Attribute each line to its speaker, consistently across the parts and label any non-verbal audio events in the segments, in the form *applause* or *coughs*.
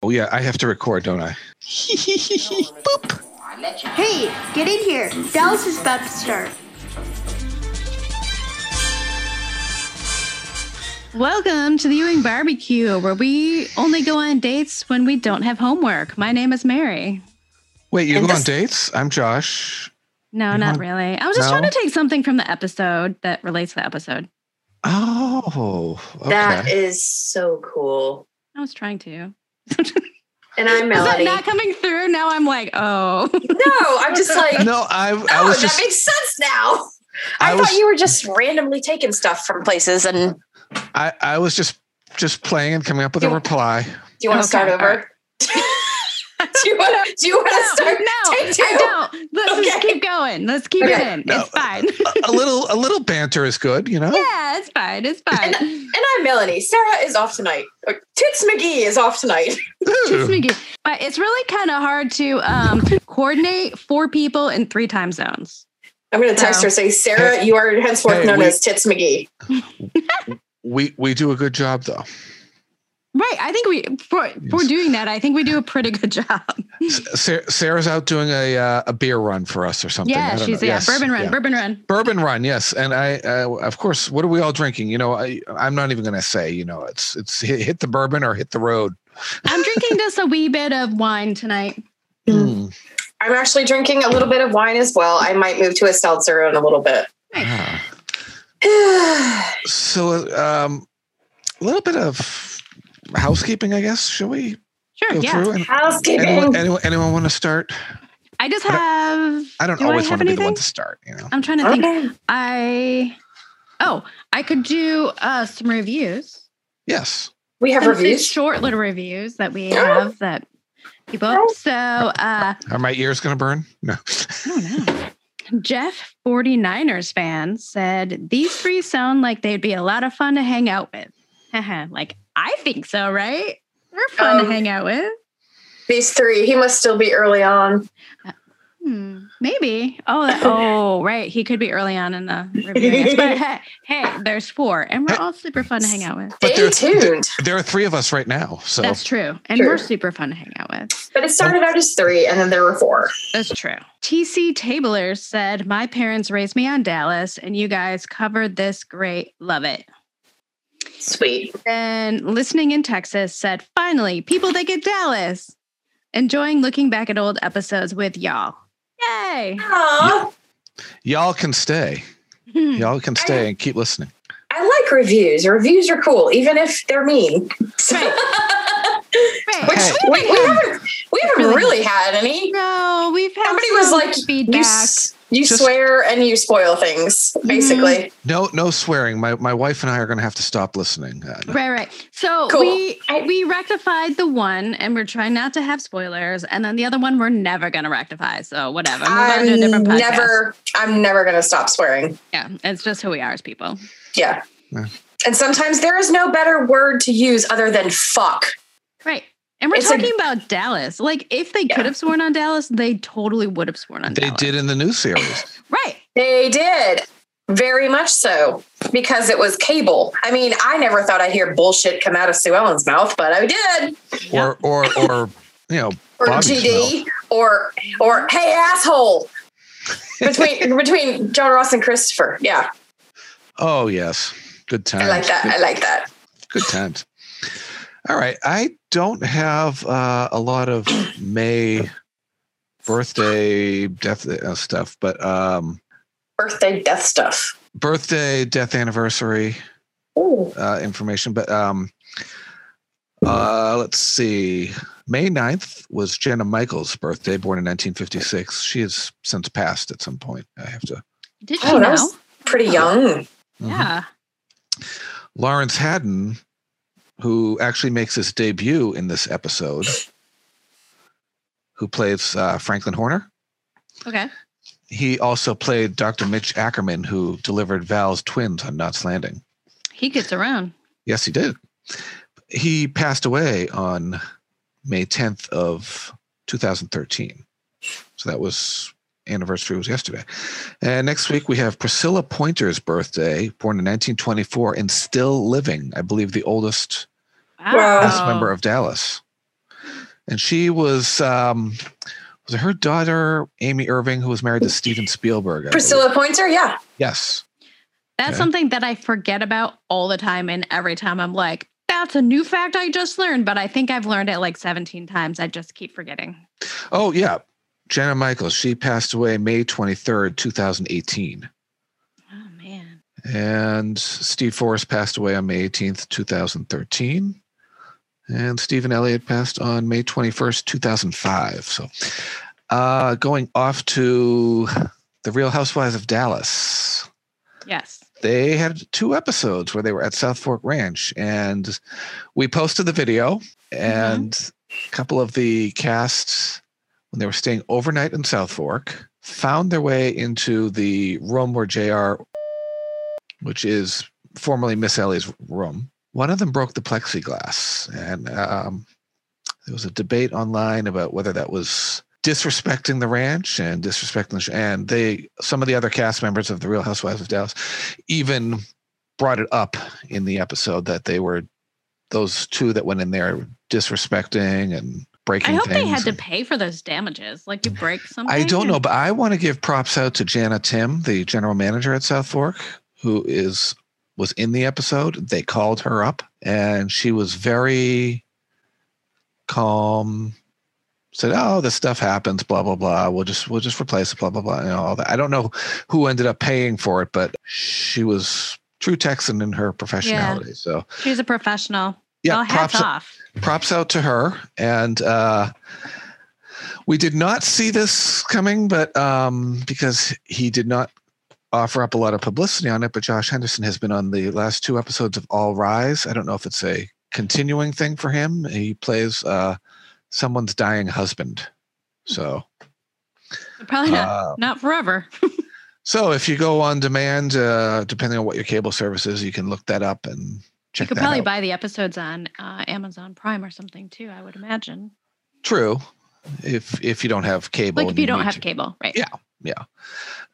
Speaker 1: Oh yeah, I have to record, don't I?
Speaker 2: Boop. Hey, get in here. Dallas is about to start.
Speaker 3: Welcome to the Ewing Barbecue, where we only go on dates when we don't have homework. My name is Mary.
Speaker 1: Wait, you
Speaker 4: And
Speaker 1: go on
Speaker 4: this-
Speaker 1: dates? I'm Josh.
Speaker 3: No, not really. I was just
Speaker 1: No?
Speaker 3: trying to take something from the episode that relates to the episode.
Speaker 1: Oh, okay.
Speaker 4: That is so cool.
Speaker 3: I was trying to.
Speaker 4: And I'm
Speaker 3: Is that
Speaker 4: Melody.
Speaker 3: not coming through? Now I'm like, oh.
Speaker 4: no, I'm just like,
Speaker 1: *laughs*
Speaker 4: no,
Speaker 1: no, I I was
Speaker 4: Oh, that
Speaker 1: just
Speaker 4: makes sense now. I,
Speaker 1: I
Speaker 4: thought
Speaker 1: was-
Speaker 4: you were just randomly taking stuff from places. And do
Speaker 1: I, I was just just playing and coming up with a
Speaker 4: You-
Speaker 1: reply.
Speaker 4: you want to
Speaker 3: Okay,
Speaker 4: start
Speaker 3: all right.
Speaker 4: over? *laughs* do you want to? Do you want to start?
Speaker 3: no,
Speaker 4: take two.
Speaker 3: I don't. Let's just
Speaker 4: Okay.
Speaker 3: keep going. Let's keep
Speaker 4: Okay.
Speaker 3: it in.
Speaker 1: No.
Speaker 3: It's fine. *laughs*
Speaker 1: a little a little banter is good, you know?
Speaker 3: yeah, it's fine.
Speaker 4: *laughs*
Speaker 3: It's fine.
Speaker 4: And I'm Melanie. Sarah is off tonight. Or Tits McGee is off tonight.
Speaker 1: Ooh.
Speaker 3: Just making- But it's really kind of hard to um, coordinate four people in three time zones.
Speaker 4: I'm going to text
Speaker 3: No.
Speaker 4: her say, Sarah, you are henceforth
Speaker 1: Hey,
Speaker 4: known
Speaker 1: we-
Speaker 4: as Tits McGee.
Speaker 1: We we do a good job though.
Speaker 3: Right. I think we for for
Speaker 1: Yes.
Speaker 3: doing that, I think we do a pretty good *laughs* job.
Speaker 1: S- Sar- Sarah's out doing a uh, a beer run for us or something. I
Speaker 3: yeah,
Speaker 1: don't
Speaker 3: she's
Speaker 1: know.
Speaker 3: yeah,
Speaker 1: Yes,
Speaker 3: bourbon run,
Speaker 1: yeah.
Speaker 3: bourbon run.
Speaker 1: Bourbon run, yes, and I, uh, of course, what are we all drinking? You know, I, I'm not even going to say. You know, it's it's hit, hit the bourbon or hit the road.
Speaker 3: I'm
Speaker 1: *laughs*
Speaker 3: drinking just a wee bit of wine tonight.
Speaker 1: Mm.
Speaker 4: I'm actually drinking a little bit of wine as well. I might move to a seltzer in a little bit.
Speaker 1: Ah.
Speaker 4: *sighs*
Speaker 1: So, um, a little bit of housekeeping, I guess. Shall we
Speaker 3: Sure,
Speaker 1: go
Speaker 3: yeah.
Speaker 1: through? And anyone,
Speaker 4: Housekeeping.
Speaker 1: anyone, anyone want to start?
Speaker 3: I just
Speaker 1: I don't-
Speaker 3: have
Speaker 1: I don't
Speaker 3: Do I
Speaker 1: always
Speaker 3: have
Speaker 1: want to be the one
Speaker 3: anything?
Speaker 1: to start. You know.
Speaker 3: I'm trying to think.
Speaker 4: Okay.
Speaker 3: I oh, I could do uh some reviews.
Speaker 1: Yes.
Speaker 4: We have
Speaker 3: Some pretty
Speaker 4: reviews.
Speaker 3: Short little reviews that we
Speaker 4: Oh.
Speaker 3: have that people so uh
Speaker 1: Are my ears going to burn? No. *laughs*
Speaker 3: I don't know. Jeff 49ers fan said, These three sound like they'd be a lot of fun to hang out with. *laughs* Haha, like, I think so, right? They're fun
Speaker 4: Um,
Speaker 3: to hang out with.
Speaker 4: These three. He must still be early on.
Speaker 3: Hmm, maybe. Oh, that- oh, right. He could be early on in the review. I guess. But hey, hey, there's four, and we're all super fun to hang out with.
Speaker 1: But
Speaker 4: Stay
Speaker 1: there's-
Speaker 4: tuned.
Speaker 1: There are three of us right now. So
Speaker 3: That's true. And we're super fun to hang out with.
Speaker 4: But it started out as three, and then there were four.
Speaker 3: That's true. TC Tabler said, My parents raised me on Dallas, and you guys covered this great. Love it.
Speaker 4: Sweet.
Speaker 3: Then listening in Texas said, finally, people that get Dallas. Enjoying looking back at old episodes with y'all. Yay.
Speaker 4: Aw,
Speaker 1: y'all can stay.
Speaker 3: Hmm.
Speaker 1: Y'all can stay and keep listening.
Speaker 4: I like reviews. Reviews are cool, even if they're mean. So-
Speaker 3: Right.
Speaker 4: Which
Speaker 1: Hey.
Speaker 4: *laughs* we, we haven't, we haven't
Speaker 3: Really?
Speaker 4: really, had any.
Speaker 3: No, we've had
Speaker 4: Somebody was
Speaker 3: some
Speaker 4: like, You,
Speaker 3: feedback.
Speaker 4: s- you
Speaker 1: Just-
Speaker 4: swear and you spoil things,
Speaker 3: Mm-hmm.
Speaker 4: basically.
Speaker 1: No, no swearing. My my wife and I are going to have to stop listening. Uh,
Speaker 3: Right, right. So
Speaker 4: Cool.
Speaker 3: we
Speaker 4: I-
Speaker 3: we rectified the one, and we're trying not to have spoilers. And then the other one, we're never going to rectify. So whatever. Move on to a
Speaker 4: I'm
Speaker 3: different podcast.
Speaker 4: never, I'm never going to stop swearing.
Speaker 3: Yeah, it's just who we are as people.
Speaker 4: Yeah.
Speaker 1: Yeah.
Speaker 4: And sometimes there is no better word to use other than fuck.
Speaker 3: Right. And we're
Speaker 4: It's a-
Speaker 3: talking about Dallas. Like, if they
Speaker 4: Yeah.
Speaker 3: could have sworn on Dallas, they totally would have sworn on
Speaker 1: They
Speaker 3: Dallas.
Speaker 1: did in the new series.
Speaker 3: *coughs* Right.
Speaker 4: They did. Very much so. Because it was cable. I mean, I never thought I'd hear bullshit come out of Sue Ellen's mouth, but I did.
Speaker 1: or or or you know
Speaker 4: Or
Speaker 1: Bobby's
Speaker 4: GD. Or or hey asshole. Between *laughs* between John Ross and Christopher. Yeah.
Speaker 1: oh yes good times
Speaker 4: I like that. I like that.
Speaker 1: good, good times all right i don't have uh, a lot of may birthday death uh, stuff but um
Speaker 4: Birthday death stuff.
Speaker 1: birthday death anniversary
Speaker 4: Ooh.
Speaker 1: uh, information but um uh let's see may 9th was jenna michaels birthday born in 1956 she has since passed at some point i have to
Speaker 3: Did she
Speaker 4: Oh, that
Speaker 3: know?
Speaker 4: was pretty
Speaker 1: Mhm.
Speaker 4: young.
Speaker 3: Yeah.
Speaker 1: Lawrence Haddon, who actually makes his debut in this episode, who plays uh, Franklin Horner.
Speaker 3: Okay.
Speaker 1: He also played Dr. Mitch Ackerman, who delivered Val's twins on Knots Landing.
Speaker 3: He gets around.
Speaker 1: Yes, he did. He passed away on May 10th of 2013. So that was anniversary was yesterday. And next week we have Priscilla Pointer's birthday, born in 1924 and still living, I believe the oldest
Speaker 3: Wow.
Speaker 4: Wow.
Speaker 1: cast member of Dallas. and she was um, was it her daughter Amy Irving who was married to Steven Spielberg? I
Speaker 4: Priscilla Pointer, yeah.
Speaker 1: believe. Yes.
Speaker 3: That's
Speaker 1: Yeah.
Speaker 3: something that I forget about all the time. And every time I'm like, that's a new fact I just learned, but I think I've learned it like 17 times. I just keep forgetting.
Speaker 1: Oh yeah, Jenna Michaels. She passed away May twenty third, two thousand eighteen,
Speaker 3: Oh, man.
Speaker 1: and Steve Forrest passed away on May eighteenth, two thousand thirteen. And Stephen Elliott passed on May 21st, 2005. So, uh, going off to The Real Housewives of Dallas.
Speaker 3: Yes.
Speaker 1: they had two episodes where they were at South Fork Ranch, and we posted the video and a couple of the cast when they were staying overnight in South Fork found their way into the room where JR which is formerly Miss Ellie's room. One of them broke the plexiglass, and um, there was a debate online about whether that was disrespecting the ranch and disrespecting. The sh- and they, some of the other cast members of The Real Housewives of Dallas, even brought it up in the episode that they were those two that went in there disrespecting and breaking.
Speaker 3: I hope
Speaker 1: things.
Speaker 3: they had to pay for those damages. Like you break something.
Speaker 1: I don't
Speaker 3: and-
Speaker 1: know, but I want to give props out to Jana Tim, the general manager at South Fork, who is was in the episode. They called her up, and she was very calm. Said, "Oh, this stuff happens. Blah blah blah. We'll just we'll just replace it. Blah blah blah, and all that." I don't know who ended up paying for it, but she was true Texan in her professionality. So
Speaker 3: She's a professional.
Speaker 1: yeah,
Speaker 3: well, hats
Speaker 1: props
Speaker 3: off.
Speaker 1: props out to her and uh we did not see this coming but um because he did not offer up a lot of publicity on it but josh henderson has been on the last two episodes of all rise i don't know if it's a continuing thing for him he plays uh someone's dying husband so
Speaker 3: Probably not.
Speaker 1: uh,
Speaker 3: not forever.
Speaker 1: so if you go on demand uh depending on what your cable service is you can look that up and
Speaker 3: You
Speaker 1: check
Speaker 3: could
Speaker 1: that
Speaker 3: probably
Speaker 1: out.
Speaker 3: buy the episodes on uh, Amazon Prime or something too, I would imagine.
Speaker 1: true if if you don't have cable
Speaker 3: Like if
Speaker 1: and
Speaker 3: you don't
Speaker 1: need
Speaker 3: have
Speaker 1: to.
Speaker 3: cable, right?
Speaker 1: Yeah.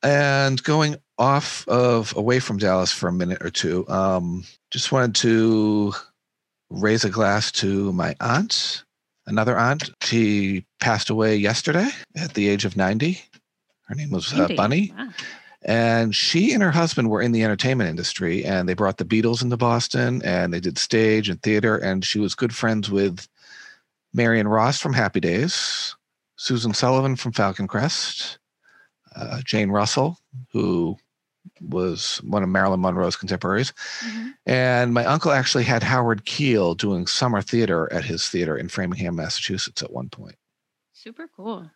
Speaker 1: And going off of away from Dallas for a minute or two, um, just wanted to raise a glass to my aunt, another aunt. She passed away yesterday at the age of 90. Her name was uh,
Speaker 3: Indeed.
Speaker 1: Bunny.
Speaker 3: Wow.
Speaker 1: And she and her husband were in the entertainment industry and they brought the Beatles into Boston and they did stage and theater. And she was good friends with Marion Ross from Happy Days, Susan Sullivan from Falcon Crest, uh, Jane Russell, who was one of Marilyn Monroe's contemporaries.
Speaker 3: Mhm.
Speaker 1: And my uncle actually had Howard Keel doing summer theater at his theater in Framingham, Massachusetts at one point.
Speaker 3: Super cool.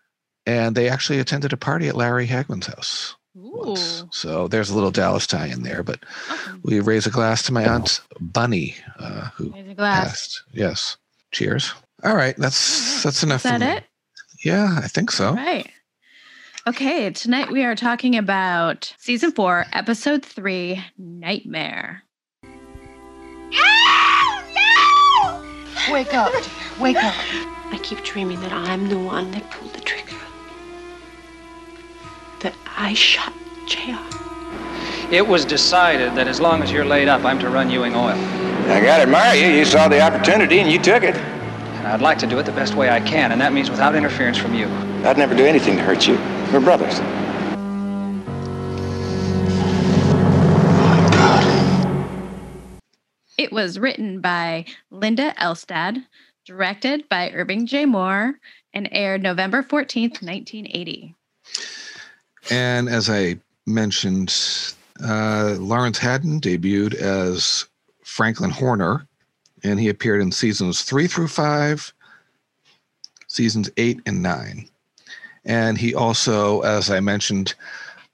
Speaker 1: And they actually attended a party at Larry Hagman's house
Speaker 3: Ooh.
Speaker 1: once. So there's a little Dallas tie in there, but
Speaker 3: Awesome.
Speaker 1: we raise a glass to my aunt Bunny, uh, who
Speaker 3: There's a glass.
Speaker 1: passed. Yes. Cheers. All right, that's that's enough.
Speaker 3: Is that
Speaker 1: for me.
Speaker 3: it?
Speaker 1: Yeah, I think so.
Speaker 3: Right. Okay, tonight we are talking about season four, episode three, Nightmare.
Speaker 5: Wake up. Wake up.
Speaker 6: I keep dreaming that I'm the one that pulled the trigger. That I shot JR.
Speaker 7: It was decided that as long as you're laid up, I'm to run Ewing Oil.
Speaker 8: I gotta admire you. You saw the opportunity and you took it.
Speaker 7: And I'd like to do it the best way I can, and that means without interference from you.
Speaker 8: I'd never do anything to hurt you. We're brothers.
Speaker 3: It was written by Linda Elstad, directed by Irving J. Moore, and aired November 14th, 1980.
Speaker 1: And as I mentioned, uh, Lawrence Haddon debuted as Franklin Horner, and he appeared in seasons three through five, seasons eight and nine. And he also, as I mentioned,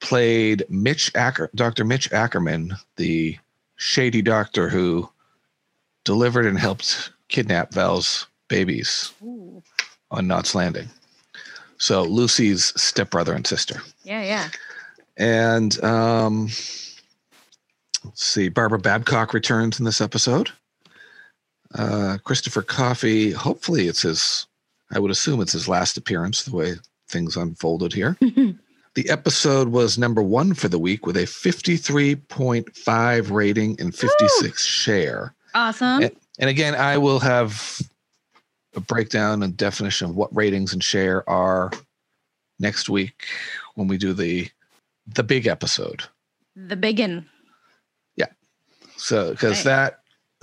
Speaker 1: played Mitch Acker, Dr. Mitch Ackerman, the shady doctor who delivered and helped kidnap Val's babies
Speaker 3: Ooh.
Speaker 1: on Knott's Landing. So Lucy's stepbrother and sister.
Speaker 3: Yeah, yeah.
Speaker 1: And um, let's see, Barbara Babcock returns in this episode. Uh, Christopher Coffey, hopefully it's his, I would assume it's his last appearance, the way things unfolded here. the episode was number one for the week with a 53.5 rating and 56 share.
Speaker 3: Awesome.
Speaker 1: And again, I will have a breakdown and definition of what ratings and share are next week when we do the the big episode.
Speaker 3: The biggin.
Speaker 1: So because
Speaker 3: Right.
Speaker 1: that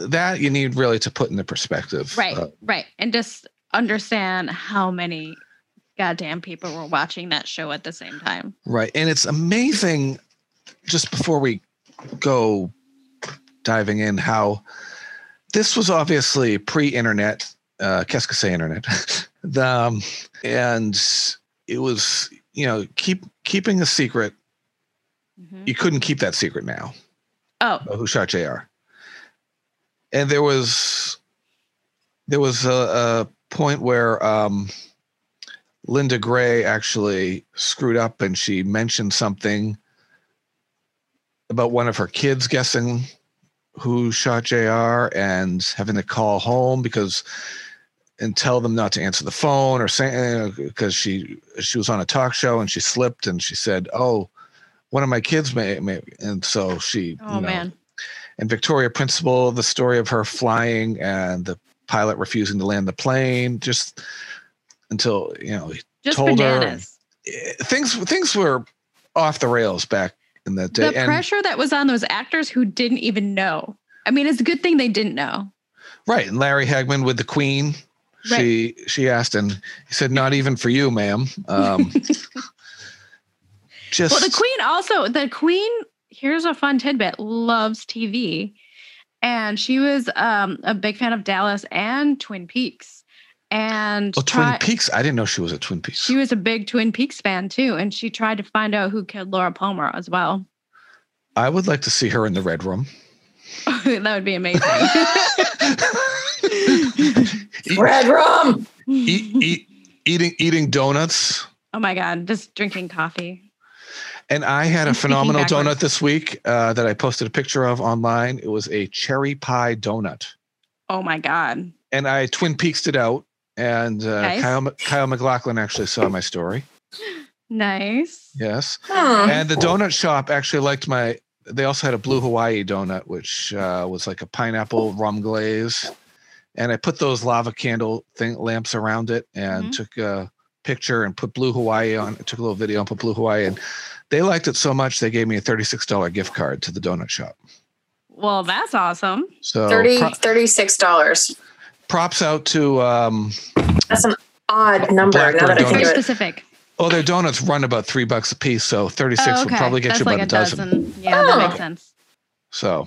Speaker 1: that you need really to put into perspective.
Speaker 3: Right,
Speaker 1: Uh,
Speaker 3: right. And just understand how many goddamn people were watching that show at the same time.
Speaker 1: right. And it's amazing just before we go diving in how this was obviously pre-internet, uh qu'est-ce que c'est internet. *laughs* the, um, and it was, you know, keep keeping a secret.
Speaker 3: Mhm.
Speaker 1: You couldn't keep that secret now.
Speaker 3: Oh,
Speaker 1: uh, who shot JR. And there was there was a, a point where um, Linda Gray actually screwed up and she mentioned something about one of her kids guessing who shot JR and having to call home because and tell them not to answer the phone or say because she she was on a talk show and she slipped and she said oh one of my kids may, may and so she
Speaker 3: oh
Speaker 1: you know,
Speaker 3: man.
Speaker 1: and Victoria Principal, the story of her flying and the pilot refusing to land the plane, just until you know
Speaker 3: Just
Speaker 1: told her-
Speaker 3: bananas.
Speaker 1: eh, things things were off the rails back in that day.
Speaker 3: The
Speaker 1: and
Speaker 3: pressure that was on those actors who didn't even know. I mean, it's a good thing they didn't know.
Speaker 1: right, and Larry Hagman with the Queen, she she asked, and he said, "Not even for you, ma'am."
Speaker 3: *laughs*
Speaker 1: Um, just
Speaker 3: Well,
Speaker 1: *laughs*
Speaker 3: the queen also, the queen, here's a fun tidbit, loves TV. And she was um, a big fan of Dallas and Twin Peaks. And
Speaker 1: oh,
Speaker 3: try-
Speaker 1: Twin Peaks. I didn't know she was a Twin Peaks.
Speaker 3: she was a big Twin Peaks fan too. And she tried to find out who killed Laura Palmer as well. *laughs*
Speaker 1: I would like to see her in the Red Room. *laughs*
Speaker 3: that would be amazing.
Speaker 4: Red rum.
Speaker 1: Eat, eat, eating eating donuts.
Speaker 3: *laughs* oh my God, just drinking coffee.
Speaker 1: And I had a
Speaker 3: I'm speaking
Speaker 1: phenomenal donut
Speaker 3: backwards.
Speaker 1: this week uh, that I posted a picture of online. It was a cherry pie donut.
Speaker 3: Oh my God.
Speaker 1: And I Twin Peaks it out. And uh,
Speaker 3: Nice.
Speaker 1: Kyle, M- Kyle McLaughlin actually saw my story.
Speaker 3: Nice.
Speaker 1: Yes.
Speaker 3: Uh-huh.
Speaker 4: Hmm.
Speaker 1: And the donut shop actually liked my. They also had a blue Hawaii donut, which uh, was like a pineapple rum glaze. And I put those lava candle thing lamps around it and
Speaker 3: Mhm.
Speaker 1: took a picture and put blue Hawaii on. Took a little video and put blue Hawaii. And they liked it so much they gave me a thirty-six dollar gift card to the donut shop.
Speaker 3: Well, that's awesome.
Speaker 1: So
Speaker 4: 30,
Speaker 1: Oh, pro-
Speaker 4: $36.
Speaker 1: props out to um,
Speaker 4: That's an odd number now
Speaker 1: Blackbird
Speaker 4: that I think
Speaker 3: Very
Speaker 4: of it.
Speaker 3: specific.
Speaker 1: oh their donuts run about three bucks a piece, so thirty six
Speaker 3: Oh,
Speaker 1: would probably get
Speaker 3: That's
Speaker 1: you about
Speaker 3: like
Speaker 1: a dozen.
Speaker 3: Yeah,
Speaker 4: Oh.
Speaker 3: that makes sense.
Speaker 1: So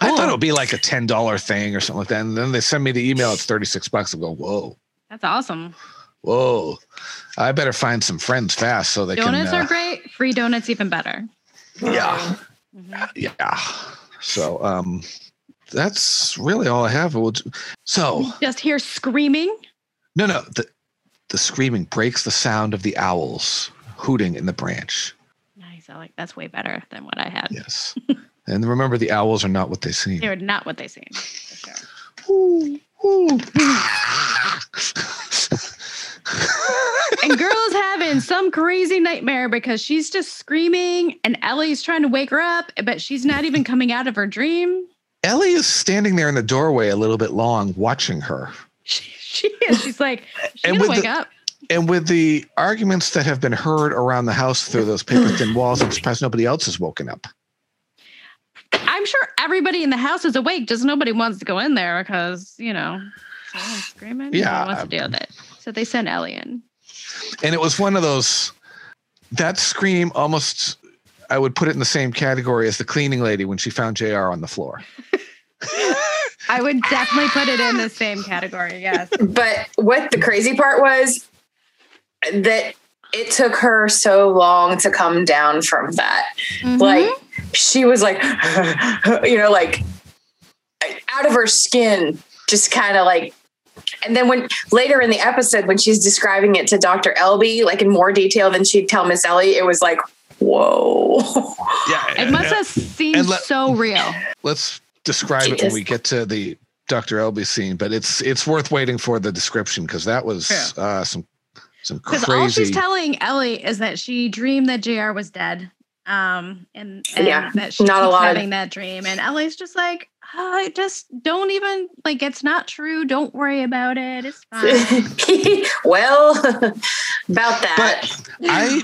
Speaker 1: I thought it would be like a ten dollar thing or something like that, and then they send me the email. It's thirty six bucks. I go, whoa,
Speaker 3: That's awesome.
Speaker 1: whoa! I better find some friends fast so they
Speaker 3: Donuts
Speaker 1: can. uh,
Speaker 3: are great. Free donuts even better.
Speaker 1: are yeah,
Speaker 3: Mhm.
Speaker 1: yeah. So um, that's really all I have. We'll ju- so
Speaker 3: Just hear screaming.
Speaker 1: no, no. The, the screaming breaks the sound of the owls hooting in the branch.
Speaker 3: Nice. I like that's way better than what I had.
Speaker 1: Yes. and remember, the owls are not what they seem.
Speaker 3: They're not what they seem. For sure.
Speaker 1: Ooh, ooh.
Speaker 3: and girl
Speaker 1: *laughs*
Speaker 3: is having some crazy nightmare because she's just screaming and Ellie's trying to wake her up, but she's not even coming out of her dream.
Speaker 1: *laughs*
Speaker 3: *laughs*
Speaker 1: Ellie is standing there in the doorway a little bit long, watching her.
Speaker 3: She, she is. She's like, she's
Speaker 1: And
Speaker 3: gonna
Speaker 1: with
Speaker 3: wake
Speaker 1: the-
Speaker 3: up.
Speaker 1: And with the arguments that have been heard around the house through those paper thin walls, I'm surprised nobody else has woken up.
Speaker 3: I'm sure everybody in the house is awake, just nobody wants to go in there because, you know, someone's screaming. nobody
Speaker 1: Yeah,
Speaker 3: wants to deal with it. So they sent Ellie in.
Speaker 1: And it was one of those that scream almost. I would put it in the same category as the cleaning lady when she found JR on the floor.
Speaker 3: I would definitely put it in the same category. Yes.
Speaker 4: But what the crazy part was that it took her so long to come down from that. Like she was like, *laughs* you know, like out of her skin, just kind of like. And then when later in the episode, when she's describing it to Dr. Elby, like in more detail than she'd tell Miss Ellie, it was like, whoa. *laughs*
Speaker 1: Yeah,
Speaker 3: it must have seemed
Speaker 1: and let-
Speaker 3: so real.
Speaker 1: let's describe it when we
Speaker 4: Jesus.
Speaker 1: get to the Dr. Elby scene, but it's it's worth waiting for the description because that was
Speaker 3: True.
Speaker 1: uh, some some
Speaker 3: Because all she's
Speaker 1: crazy.
Speaker 3: telling Ellie is that she dreamed that JR was dead. Um, and, and
Speaker 4: Yeah,
Speaker 3: that she
Speaker 4: not a
Speaker 3: keeps
Speaker 4: lot of-
Speaker 3: having that dream. And Ellie's just like, oh, just don't even like it's not true. Don't worry about it.
Speaker 4: *laughs*
Speaker 3: It's fine.
Speaker 4: well, *laughs* about that.
Speaker 1: But I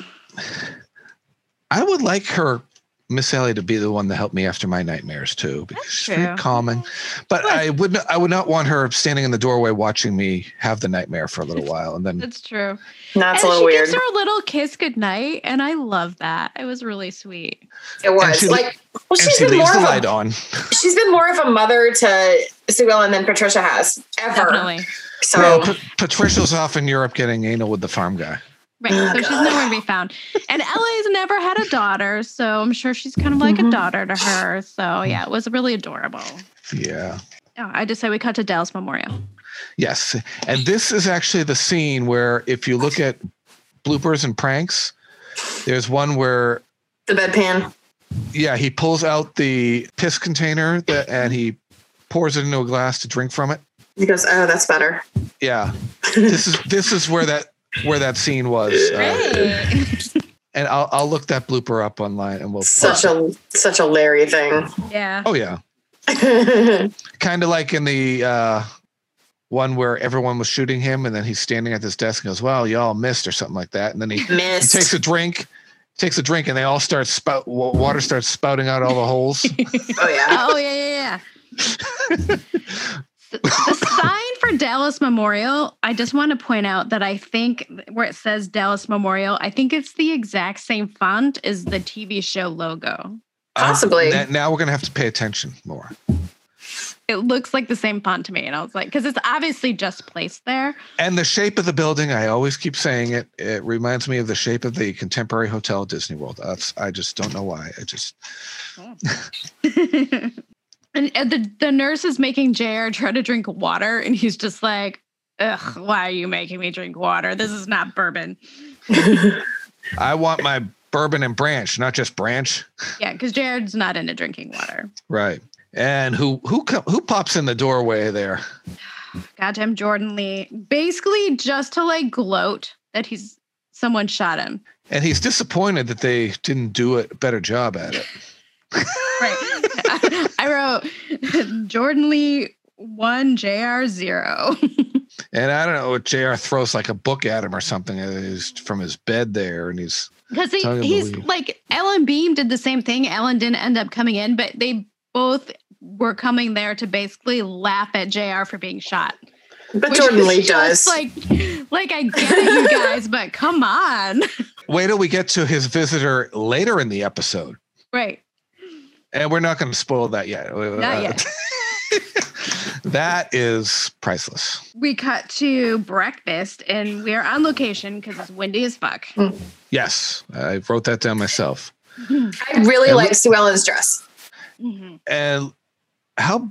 Speaker 1: I would like her Miss Ellie to be the one to help me after my nightmares too, because
Speaker 3: That's
Speaker 1: she's very
Speaker 3: true.
Speaker 1: calming. But I would not, I would not want her standing in the doorway watching me have the nightmare for a little while and then
Speaker 3: That's true.
Speaker 4: That's a
Speaker 3: and
Speaker 4: little
Speaker 3: she
Speaker 4: weird.
Speaker 3: gives her a little kiss goodnight, and I love that. It was really sweet.
Speaker 4: it was
Speaker 1: she-
Speaker 4: like, well,
Speaker 1: and
Speaker 4: she's
Speaker 1: she
Speaker 4: been more
Speaker 1: leaves the
Speaker 4: of
Speaker 1: light
Speaker 4: a,
Speaker 1: on.
Speaker 4: she's been more of a mother to Sue Ellen than Patricia has ever.
Speaker 3: Definitely.
Speaker 4: So
Speaker 1: Well, Pat- Patricia's off in Europe getting anal with the farm guy.
Speaker 3: Right. So she's nowhere to be found. And Ella's never had a daughter, so I'm sure she's kind of like
Speaker 4: Mm-hmm.
Speaker 3: a daughter to her. So yeah, it was really adorable.
Speaker 1: Yeah.
Speaker 3: Oh, I just say we cut to Dell's memorial.
Speaker 1: Yes. And this is actually the scene where if you look at bloopers and pranks, there's one where
Speaker 4: the bedpan.
Speaker 1: yeah, he pulls out the piss container that, and he pours it into a glass to drink from it.
Speaker 4: He goes, oh, that's better.
Speaker 1: Yeah. This is this is where that where that scene was. Uh, and I'll I'll look that blooper up online and we'll
Speaker 4: Such a such a Larry thing. *laughs*
Speaker 3: Yeah.
Speaker 1: Oh yeah. Kind of like in the uh one where everyone was shooting him and then he's standing at this desk and goes, Well, y'all missed or something like that. And then he He
Speaker 4: Missed.
Speaker 1: takes a drink, takes a drink, and they all start spout. wa- Water starts spouting out all the holes.
Speaker 4: oh yeah.
Speaker 3: Oh yeah, yeah, yeah. *laughs* The- the sign for Dallas Memorial, I just want to point out that I think where it says Dallas Memorial, I think it's the exact same font as the TV show logo.
Speaker 4: Possibly.
Speaker 1: Now, now we're gonna have to pay attention more.
Speaker 3: It looks like the same font to me. And I was like, because it's obviously just placed there.
Speaker 1: And the shape of the building, I always keep saying it. It reminds me of the shape of the Contemporary Hotel at Disney World. That's, I just don't know why. I just
Speaker 3: and uh, the, the nurse is making JR try to drink water, and he's just like, Ugh, why are you making me drink water? This is not bourbon.
Speaker 1: I want my bourbon and branch, not just branch.
Speaker 3: Yeah, because Jared's not into drinking water.
Speaker 1: Right. And who who co- who pops in the doorway there?
Speaker 3: Goddamn Jordan Lee. Basically, just to like gloat that he's someone shot him.
Speaker 1: And he's disappointed that they didn't do a better job at it.
Speaker 4: *laughs*
Speaker 3: Right. *laughs* I wrote *laughs* Jordan Lee one, JR zero. *laughs*
Speaker 1: And I don't know, JR throws like a book at him or something and he's from his bed there and he's
Speaker 3: Because he,
Speaker 1: Totally
Speaker 3: he's
Speaker 1: believe.
Speaker 3: like Ellen Beam did the same thing. Ellen didn't end up coming in, but they both were coming there to basically laugh at JR for being shot.
Speaker 4: But
Speaker 3: which
Speaker 4: Jordan
Speaker 3: is
Speaker 4: Lee
Speaker 3: just
Speaker 4: does.
Speaker 3: Like, like I get it, you guys, but come on. *laughs*
Speaker 1: wait till we get to his visitor later in the episode.
Speaker 3: Right.
Speaker 1: And we're not going to spoil that yet. Uh,
Speaker 3: Not yet.
Speaker 1: *laughs* that is priceless.
Speaker 3: We cut to breakfast and we are on location because it's windy as fuck.
Speaker 1: Yes, I wrote that down myself.
Speaker 4: I really
Speaker 1: And
Speaker 4: like Sue Ellen's dress.
Speaker 3: Mhm.
Speaker 1: And how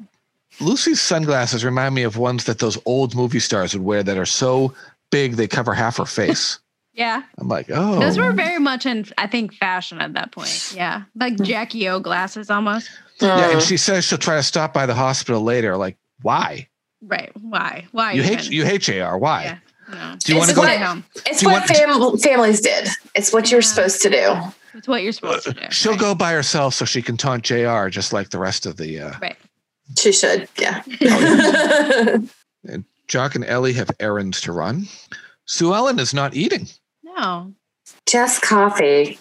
Speaker 1: Lucy's sunglasses remind me of ones that those old movie stars would wear that are so big they cover half her face.
Speaker 3: Yeah.
Speaker 1: I'm like, oh,
Speaker 3: Those were very much in, I think, fashion at that point. Yeah. Like
Speaker 4: Hmm.
Speaker 3: Jackie O glasses almost.
Speaker 1: yeah. And
Speaker 4: Mm.
Speaker 1: she says she'll try to stop by the hospital later. Like, why?
Speaker 3: Right. Why? Why?
Speaker 1: You hate
Speaker 3: even?
Speaker 1: you hate Jr. Why?
Speaker 3: Yeah. No.
Speaker 1: Do you want to
Speaker 4: It's
Speaker 1: go?
Speaker 4: like-
Speaker 3: Stay home.
Speaker 4: it's
Speaker 1: do you
Speaker 4: what fam- families did. It's what you're supposed to do.
Speaker 3: It's what you're supposed to do.
Speaker 1: Uh, She'll
Speaker 3: right?
Speaker 1: go by herself so she can taunt Jr. Just like the rest of the. Uh,
Speaker 3: Right.
Speaker 4: She should.
Speaker 3: *laughs*
Speaker 4: Yeah.
Speaker 1: Jock and Ellie have errands to run. Sue Ellen is not eating.
Speaker 3: No.
Speaker 4: Just coffee.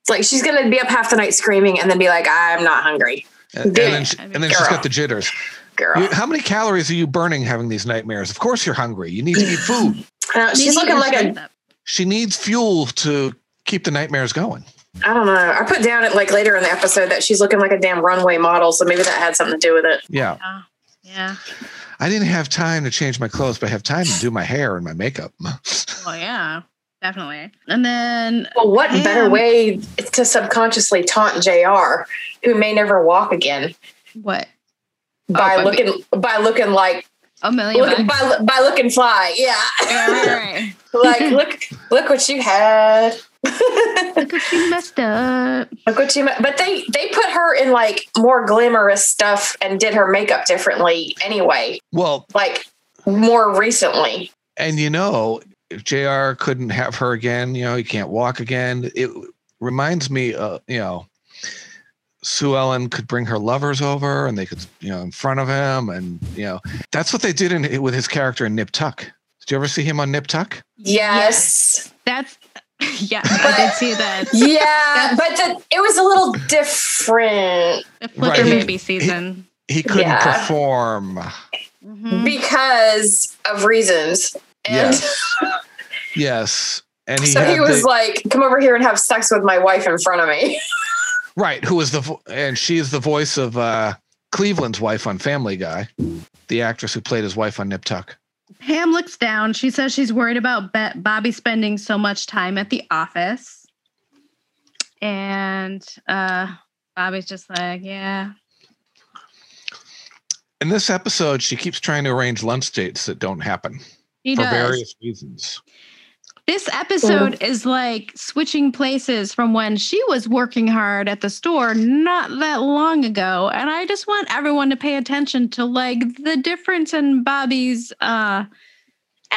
Speaker 4: It's like she's gonna be up half the night screaming and then be like, "I'm not hungry,
Speaker 1: And, and then, she,
Speaker 3: Yeah, I mean-
Speaker 1: and then she's
Speaker 4: Girl.
Speaker 1: got the jitters.
Speaker 4: girl."
Speaker 1: You- how many calories are you burning having these nightmares? Of course you're hungry. You need to eat
Speaker 3: *laughs*
Speaker 1: food.
Speaker 4: I don't- Uh,
Speaker 3: Maybe
Speaker 4: she's looking
Speaker 3: your
Speaker 4: like a.
Speaker 3: strength up.
Speaker 1: She needs fuel to keep the nightmares going.
Speaker 4: I don't know. I put down it like later in the episode that she's looking like a damn runway model, so maybe that had something to do with it.
Speaker 1: Yeah.
Speaker 3: Yeah.
Speaker 1: I didn't have time to change my clothes, but I have time to do my hair and my makeup. *laughs*
Speaker 3: Well, yeah. Definitely. And then
Speaker 4: Well, what better
Speaker 3: Damn.
Speaker 4: way to subconsciously taunt Jr., who may never walk again,
Speaker 3: what?
Speaker 4: by
Speaker 3: by
Speaker 4: looking by looking like
Speaker 3: A million
Speaker 4: looking,
Speaker 3: bucks.
Speaker 4: by lo- by looking fly, yeah. *laughs*
Speaker 3: Yeah, right, right.
Speaker 4: like look look what you had *laughs*
Speaker 3: Look what you messed up.
Speaker 4: look what you ma- but they they put her in like more glamorous stuff and did her makeup differently anyway
Speaker 1: well,
Speaker 4: like more recently
Speaker 1: and you know, if JR couldn't have her again, you know, he can't walk again. It reminds me, uh, you know, Sue Ellen could bring her lovers over and they could, you know, in front of him. And, you know, that's what they did in, with his character in Nip Tuck. Did you ever see him on Nip Tuck?
Speaker 4: Yes.
Speaker 3: That's *laughs* yeah, I did see that.
Speaker 4: *laughs* Yeah, but the, it was a little different
Speaker 3: The Flicker
Speaker 1: Right.
Speaker 3: movie season.
Speaker 1: He couldn't
Speaker 4: Yeah.
Speaker 1: perform.
Speaker 3: Mhm.
Speaker 4: because of reasons. And *laughs*
Speaker 1: Yes. And he,
Speaker 4: so he
Speaker 1: had
Speaker 4: was
Speaker 1: the-
Speaker 4: like, come over here and have sex with my wife in front of me.
Speaker 1: right, who was the, vo- and she's the voice of uh, Cleveland's wife on Family Guy, the actress who played his wife on Nip Tuck.
Speaker 3: Pam looks down. She says she's worried about Be- Bobby spending so much time at the office. And uh, Bobby's just like, yeah.
Speaker 1: In this episode, she keeps trying to arrange lunch dates that don't happen
Speaker 3: He
Speaker 1: for
Speaker 3: does.
Speaker 1: various reasons.
Speaker 3: This episode is like switching places from when she was working hard at the store not that long ago. And I just want everyone to pay attention to like the difference in Bobby's uh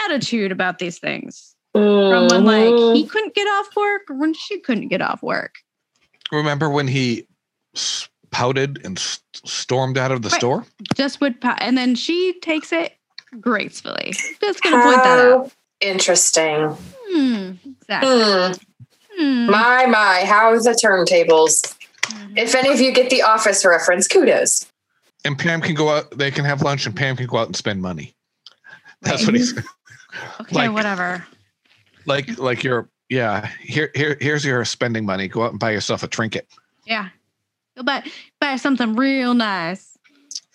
Speaker 3: attitude about these things. From when like
Speaker 4: Mm-hmm.
Speaker 3: he couldn't get off work or when she couldn't get off work.
Speaker 1: Remember when he s- pouted and s- stormed out of the
Speaker 3: Right.
Speaker 1: store?
Speaker 3: Just would pa- and then she takes it gracefully. Just gonna point that out.
Speaker 4: Interesting.
Speaker 3: Hmm. Exactly.
Speaker 4: Hmm.
Speaker 3: Hmm.
Speaker 4: My, my, how are the turntables?
Speaker 3: Mm-hmm.
Speaker 4: If any of you get the office reference, kudos.
Speaker 1: And Pam can go out, they can have lunch, and Pam can go out and spend money. That's what he's
Speaker 3: Okay,
Speaker 1: like-
Speaker 3: whatever.
Speaker 1: like, like you're, yeah, here, here, here's your spending money. Go out and buy yourself a trinket.
Speaker 3: Yeah. Go buy buy something real nice.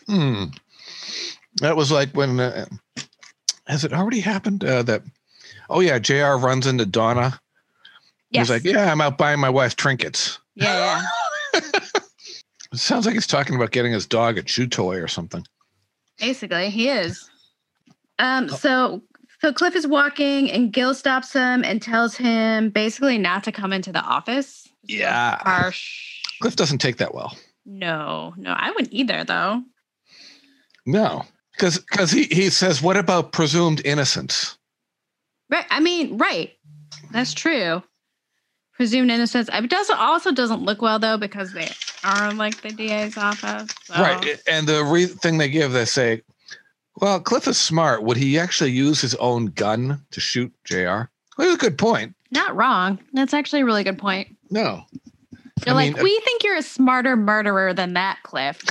Speaker 1: Hmm. That was like when, uh, has it already happened? Uh, that, oh yeah, JR runs into Donna.
Speaker 3: Yes.
Speaker 1: He's like, yeah, I'm out buying my wife trinkets.
Speaker 3: yeah, yeah.
Speaker 1: It sounds like he's talking about getting his dog a chew toy or something.
Speaker 3: Basically, he is. Um,
Speaker 1: Oh.
Speaker 3: so so Cliff is walking and Gil stops him and tells him basically not to come into the office.
Speaker 1: Yeah.
Speaker 3: Harsh.
Speaker 1: Cliff doesn't take that well.
Speaker 3: No, no, I wouldn't either though.
Speaker 1: No, because because he, he says, what about presumed innocence?
Speaker 3: Right. I mean, right. That's true. Presumed innocence. It doesn't also doesn't look well though because they are like the DA's office. So.
Speaker 1: Right. And the re- thing they give, they say, well, Cliff is smart. Would he actually use his own gun to shoot JR? Well, that's a good point.
Speaker 3: Not wrong. That's actually a really good point.
Speaker 1: No.
Speaker 3: They're
Speaker 1: I mean,
Speaker 3: like,
Speaker 1: uh,
Speaker 3: we think you're a smarter murderer than that, Cliff.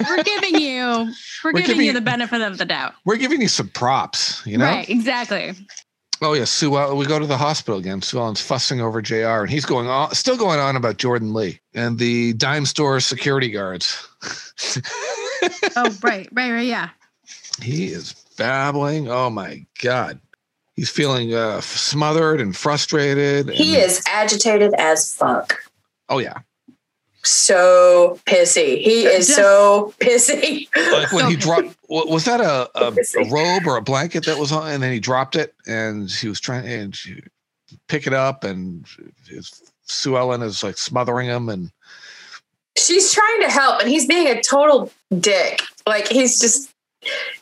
Speaker 1: *laughs*
Speaker 3: we're giving you, we're, giving,
Speaker 1: giving
Speaker 3: you
Speaker 1: you-
Speaker 3: the benefit of the doubt.
Speaker 1: We're giving you some props, you know?
Speaker 3: Right, exactly.
Speaker 1: Oh, yeah. Sue Ellen, we go to the hospital again. Sue Ellen's fussing over JR, and he's going on, still going on about Jordan Lee and the dime store security guards. *laughs*
Speaker 3: Oh, right, right, right, yeah.
Speaker 1: He is babbling. Oh my god, he's feeling uh, smothered and frustrated.
Speaker 4: He
Speaker 1: and-
Speaker 4: is agitated as fuck.
Speaker 1: Oh yeah,
Speaker 4: So pissy. He is
Speaker 3: Just-
Speaker 4: so pissy.
Speaker 1: like when he
Speaker 3: Okay.
Speaker 1: dropped.
Speaker 4: *laughs*
Speaker 1: wa- Was that a, a,
Speaker 4: Obviously.
Speaker 1: a robe or a blanket that was on? And then he dropped it, and he was trying and she- pick it up, and his, Sue Ellen is like smothering him,
Speaker 4: *laughs*
Speaker 1: and
Speaker 4: She's trying to help and he's being a total dick. Like he's just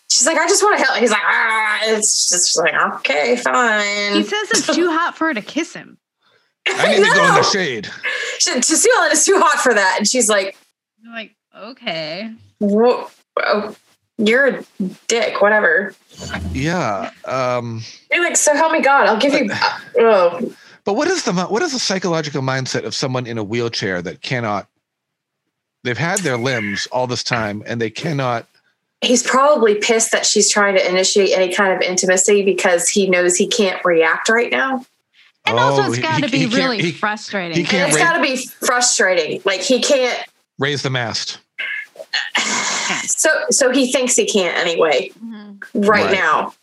Speaker 4: she's like, I just want to help. He's like, ah, it's just like, okay, fine.
Speaker 3: He says
Speaker 1: *laughs*
Speaker 3: it's too hot for her to kiss him.
Speaker 1: I need to go in
Speaker 4: No.
Speaker 1: the shade.
Speaker 4: She, to see Ellen is too hot for that. And she's like,
Speaker 3: I'm like, okay.
Speaker 4: Whoa, oh, you're a dick, whatever.
Speaker 1: Yeah. Um,
Speaker 4: You're like, so help me God, I'll
Speaker 1: *laughs*
Speaker 4: give you oh
Speaker 1: but what is the mi- what is the psychological mindset of someone in a wheelchair that cannot? They've had their limbs all this time, and they cannot
Speaker 4: he's probably pissed that she's trying to initiate any kind of intimacy because he knows he can't react right now.
Speaker 3: And
Speaker 1: Oh,
Speaker 3: also, it's
Speaker 1: he-
Speaker 3: got to
Speaker 1: he-
Speaker 3: be
Speaker 1: he can't-
Speaker 3: really
Speaker 1: he-
Speaker 3: frustrating.
Speaker 1: he
Speaker 4: And
Speaker 1: Can't
Speaker 4: it's
Speaker 1: re-
Speaker 4: got to be frustrating. Like he can't. *sighs*
Speaker 1: raise the mast.
Speaker 4: So so he thinks he can't anyway
Speaker 3: Mhm.
Speaker 4: right,
Speaker 1: Right.
Speaker 4: now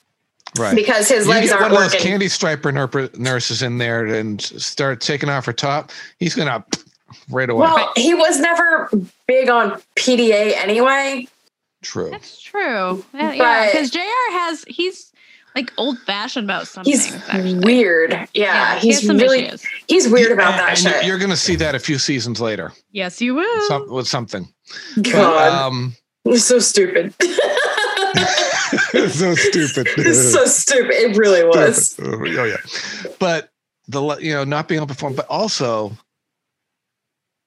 Speaker 1: Right.
Speaker 4: because his
Speaker 1: you
Speaker 4: legs
Speaker 1: get one
Speaker 4: aren't
Speaker 1: of those
Speaker 4: working.
Speaker 1: candy striper nur- nurses in there and start taking off her top. He's gonna *laughs* right away.
Speaker 4: well, he was never big on PDA anyway.
Speaker 1: True.
Speaker 3: That's true. Yeah, Yeah,
Speaker 4: But-
Speaker 3: because JR has, he's like old fashioned about some
Speaker 4: He's
Speaker 3: things, actually.
Speaker 4: weird. Yeah,
Speaker 3: he has
Speaker 4: he's really
Speaker 3: issues.
Speaker 4: he's weird about that
Speaker 1: And you-
Speaker 4: shit. Oh.
Speaker 1: You're gonna see that a few seasons later
Speaker 3: Yes, you
Speaker 1: with
Speaker 3: will.
Speaker 1: some, with something. But,
Speaker 4: God, *laughs*
Speaker 1: um, *laughs*
Speaker 4: you're so stupid. *laughs*
Speaker 1: so stupid. *laughs*
Speaker 4: It's so stupid. It really was.
Speaker 1: Oh yeah. But the le- you know not being able to perform, but also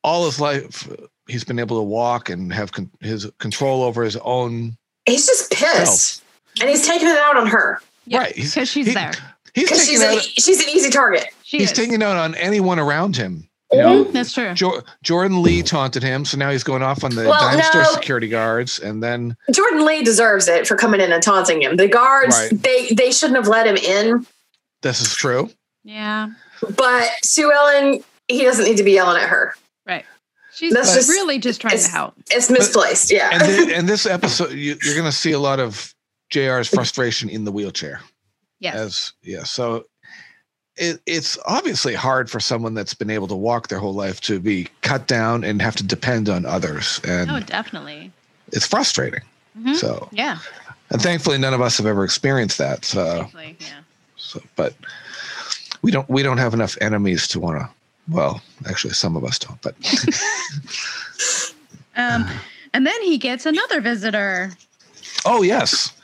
Speaker 1: all his life he's been able to walk and have con- his control over his own.
Speaker 4: He's just pissed, and he's taking it out on her
Speaker 1: Right, he's-
Speaker 3: Because she's
Speaker 1: he-
Speaker 3: there.
Speaker 1: He's
Speaker 4: because she's
Speaker 1: taking
Speaker 4: an, e,
Speaker 1: out.
Speaker 4: she's an easy target.
Speaker 3: She
Speaker 1: He's
Speaker 3: is.
Speaker 1: taking out on anyone around him.
Speaker 4: Mm-hmm.
Speaker 1: You know,
Speaker 3: Mhm, That's true.
Speaker 1: Jo- Jordan Lee taunted him, so now he's going off on the
Speaker 4: Well,
Speaker 1: dime store
Speaker 4: no.
Speaker 1: security guards, and then
Speaker 4: Jordan Lee deserves it for coming in and taunting him. The guards
Speaker 1: Right.
Speaker 4: they they shouldn't have let him in,
Speaker 1: this is true.
Speaker 3: Yeah.
Speaker 4: but Sue Ellen he doesn't need to be yelling at her.
Speaker 3: She's
Speaker 4: That's just-
Speaker 3: really just trying to
Speaker 4: it's-
Speaker 3: help.
Speaker 4: It's misplaced. Yeah.
Speaker 1: And
Speaker 4: *laughs*
Speaker 1: then, and this episode, you, you're going to see a lot of Jr's frustration in the wheelchair.
Speaker 3: Yes.
Speaker 1: As yeah, so it, it's obviously hard for someone that's been able to walk their whole life to be cut down and have to depend on others, and
Speaker 3: oh, definitely.
Speaker 1: it's frustrating.
Speaker 4: Mm-hmm.
Speaker 3: Mhm.
Speaker 1: So,
Speaker 3: Yeah.
Speaker 1: and thankfully, none of us have ever experienced that. So,
Speaker 3: Definitely. Yeah.
Speaker 1: so but we don't we don't have enough enemies to want to. Well, actually, some of us don't, but *sighs*
Speaker 3: Um, and then he gets another visitor.
Speaker 1: Oh yes,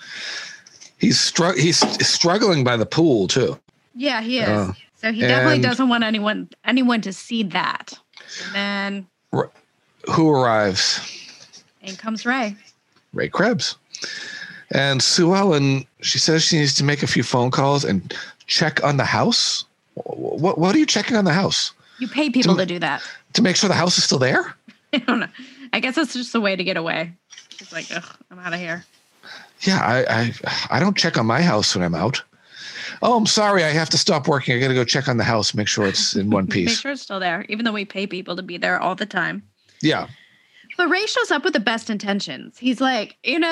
Speaker 1: he's str- he's struggling by the pool too.
Speaker 3: Yeah, he is.
Speaker 1: Oh.
Speaker 3: so he definitely
Speaker 1: And-
Speaker 3: doesn't want anyone anyone to see that. And then
Speaker 1: Who arrives?
Speaker 3: in comes Ray.
Speaker 1: Ray Krebs. And Sue Ellen, she says she needs to make a few phone calls and check on the house. What what are you checking on the house
Speaker 3: You pay people
Speaker 1: Don't-
Speaker 3: to do that.
Speaker 1: to make sure the house is still there?
Speaker 3: *laughs* I don't know. I guess that's just a way to get away. She's like, Ugh, I'm out of here.
Speaker 1: Yeah, I, I I don't check on my house when I'm out. Oh, I'm sorry, I have to stop working. I got to go check on the house, make sure it's in one
Speaker 3: Make
Speaker 1: piece.
Speaker 3: sure it's still there, even though we pay people to be there all the time.
Speaker 1: Yeah,
Speaker 3: But Ray shows up with the best intentions. He's like, you know,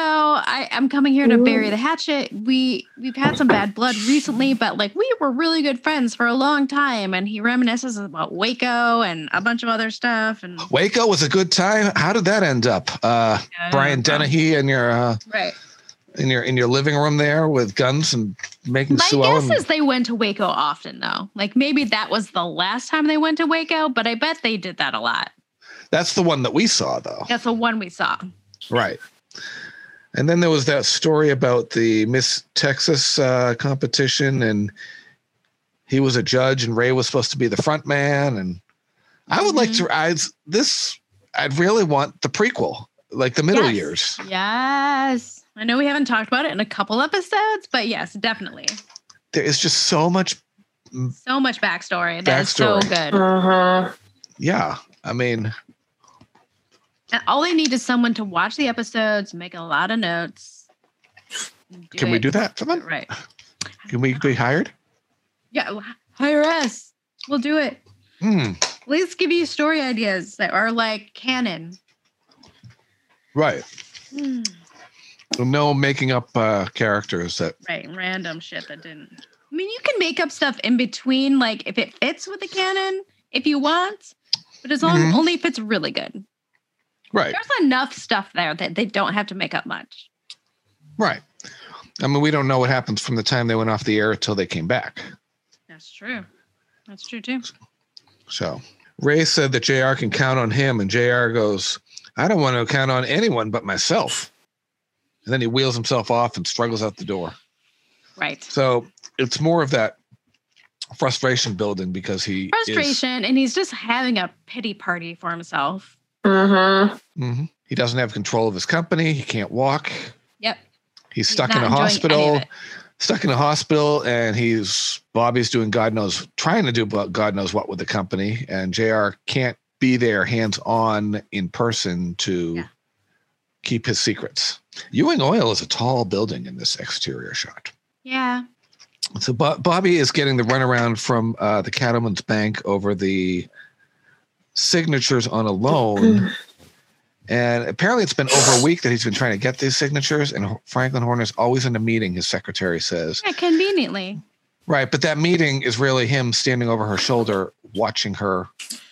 Speaker 3: I, I'm coming here to bury the hatchet. We we've had some bad blood recently, but like we were really good friends for a long time. And he reminisces about Waco and a bunch of other stuff. And
Speaker 1: Waco was a good time. How did that end up? Uh, Brian Dennehy and your uh,
Speaker 3: Right.
Speaker 1: in your in your living room there with guns and um, making
Speaker 3: My
Speaker 1: Sue
Speaker 3: guess
Speaker 1: Ellen.
Speaker 3: is they went to Waco often though. Like maybe that was the last time they went to Waco, but I bet they did that a lot.
Speaker 1: That's the one that we saw though,
Speaker 3: That's the one we saw.
Speaker 1: right? And then there was that story about the Miss Texas uh, competition, and he was a judge, and Ray was supposed to be the front man. And I would like
Speaker 3: Mm-hmm.
Speaker 1: to. I this. I'd really want the prequel, like the middle
Speaker 3: Yes.
Speaker 1: years.
Speaker 3: Yes. I know we haven't talked about it in a couple episodes, but yes, definitely.
Speaker 1: There is just so much.
Speaker 3: So much backstory. That is so
Speaker 1: Backstory.
Speaker 3: good.
Speaker 4: Mhm.
Speaker 1: Yeah, I mean,
Speaker 3: And all they need is someone to watch the episodes, make a lot of notes. and
Speaker 1: can we
Speaker 3: it.
Speaker 1: do that for them?
Speaker 3: Right.
Speaker 1: Can we be hired?
Speaker 3: Yeah. w- Hire us. We'll do it.
Speaker 1: Hmm.
Speaker 3: Let's give you story ideas that are like canon.
Speaker 1: Right.
Speaker 3: Hmm.
Speaker 1: No making up uh, characters that
Speaker 3: Right. Random shit that didn't. I mean, you can make up stuff in between, like if it fits with the canon, if you want, but as long
Speaker 1: Mhm.
Speaker 3: only if it's really good.
Speaker 1: right,
Speaker 3: There's enough stuff there that they don't have to make up much.
Speaker 1: right. I mean, we don't know what happens from the time they went off the air until they came back.
Speaker 3: That's true. That's true too.
Speaker 1: So Ray said that Jr. can count on him, and Jr. goes, "I don't want to count on anyone but myself." And then he wheels himself off and struggles out the door.
Speaker 3: Right.
Speaker 1: So it's more of that frustration building because he is-
Speaker 3: frustration and he's just having a pity party for himself.
Speaker 4: Mhm.
Speaker 1: Mhm. he doesn't have control of his company. He can't walk.
Speaker 3: Yep.
Speaker 1: He's
Speaker 3: He's
Speaker 1: stuck in
Speaker 3: not
Speaker 1: a
Speaker 3: enjoying any of
Speaker 1: hospital.
Speaker 3: it.
Speaker 1: stuck in a hospital and he's Bobby's doing God knows trying to do but God knows what with the company and JR can't be there hands on in person to
Speaker 3: Yeah.
Speaker 1: keep his secrets. Ewing Oil is a tall building in this exterior shot.
Speaker 3: Yeah.
Speaker 1: So Bo- Bobby is getting the runaround from uh, the Cattleman's Bank over the signatures on a loan. And apparently, it's been over a week that he's been trying to get these signatures. And Ho- Franklin Horner's always in a meeting, his secretary says.
Speaker 3: Yeah, conveniently.
Speaker 1: Right, but that meeting is really him standing over her shoulder, watching her
Speaker 4: Barf.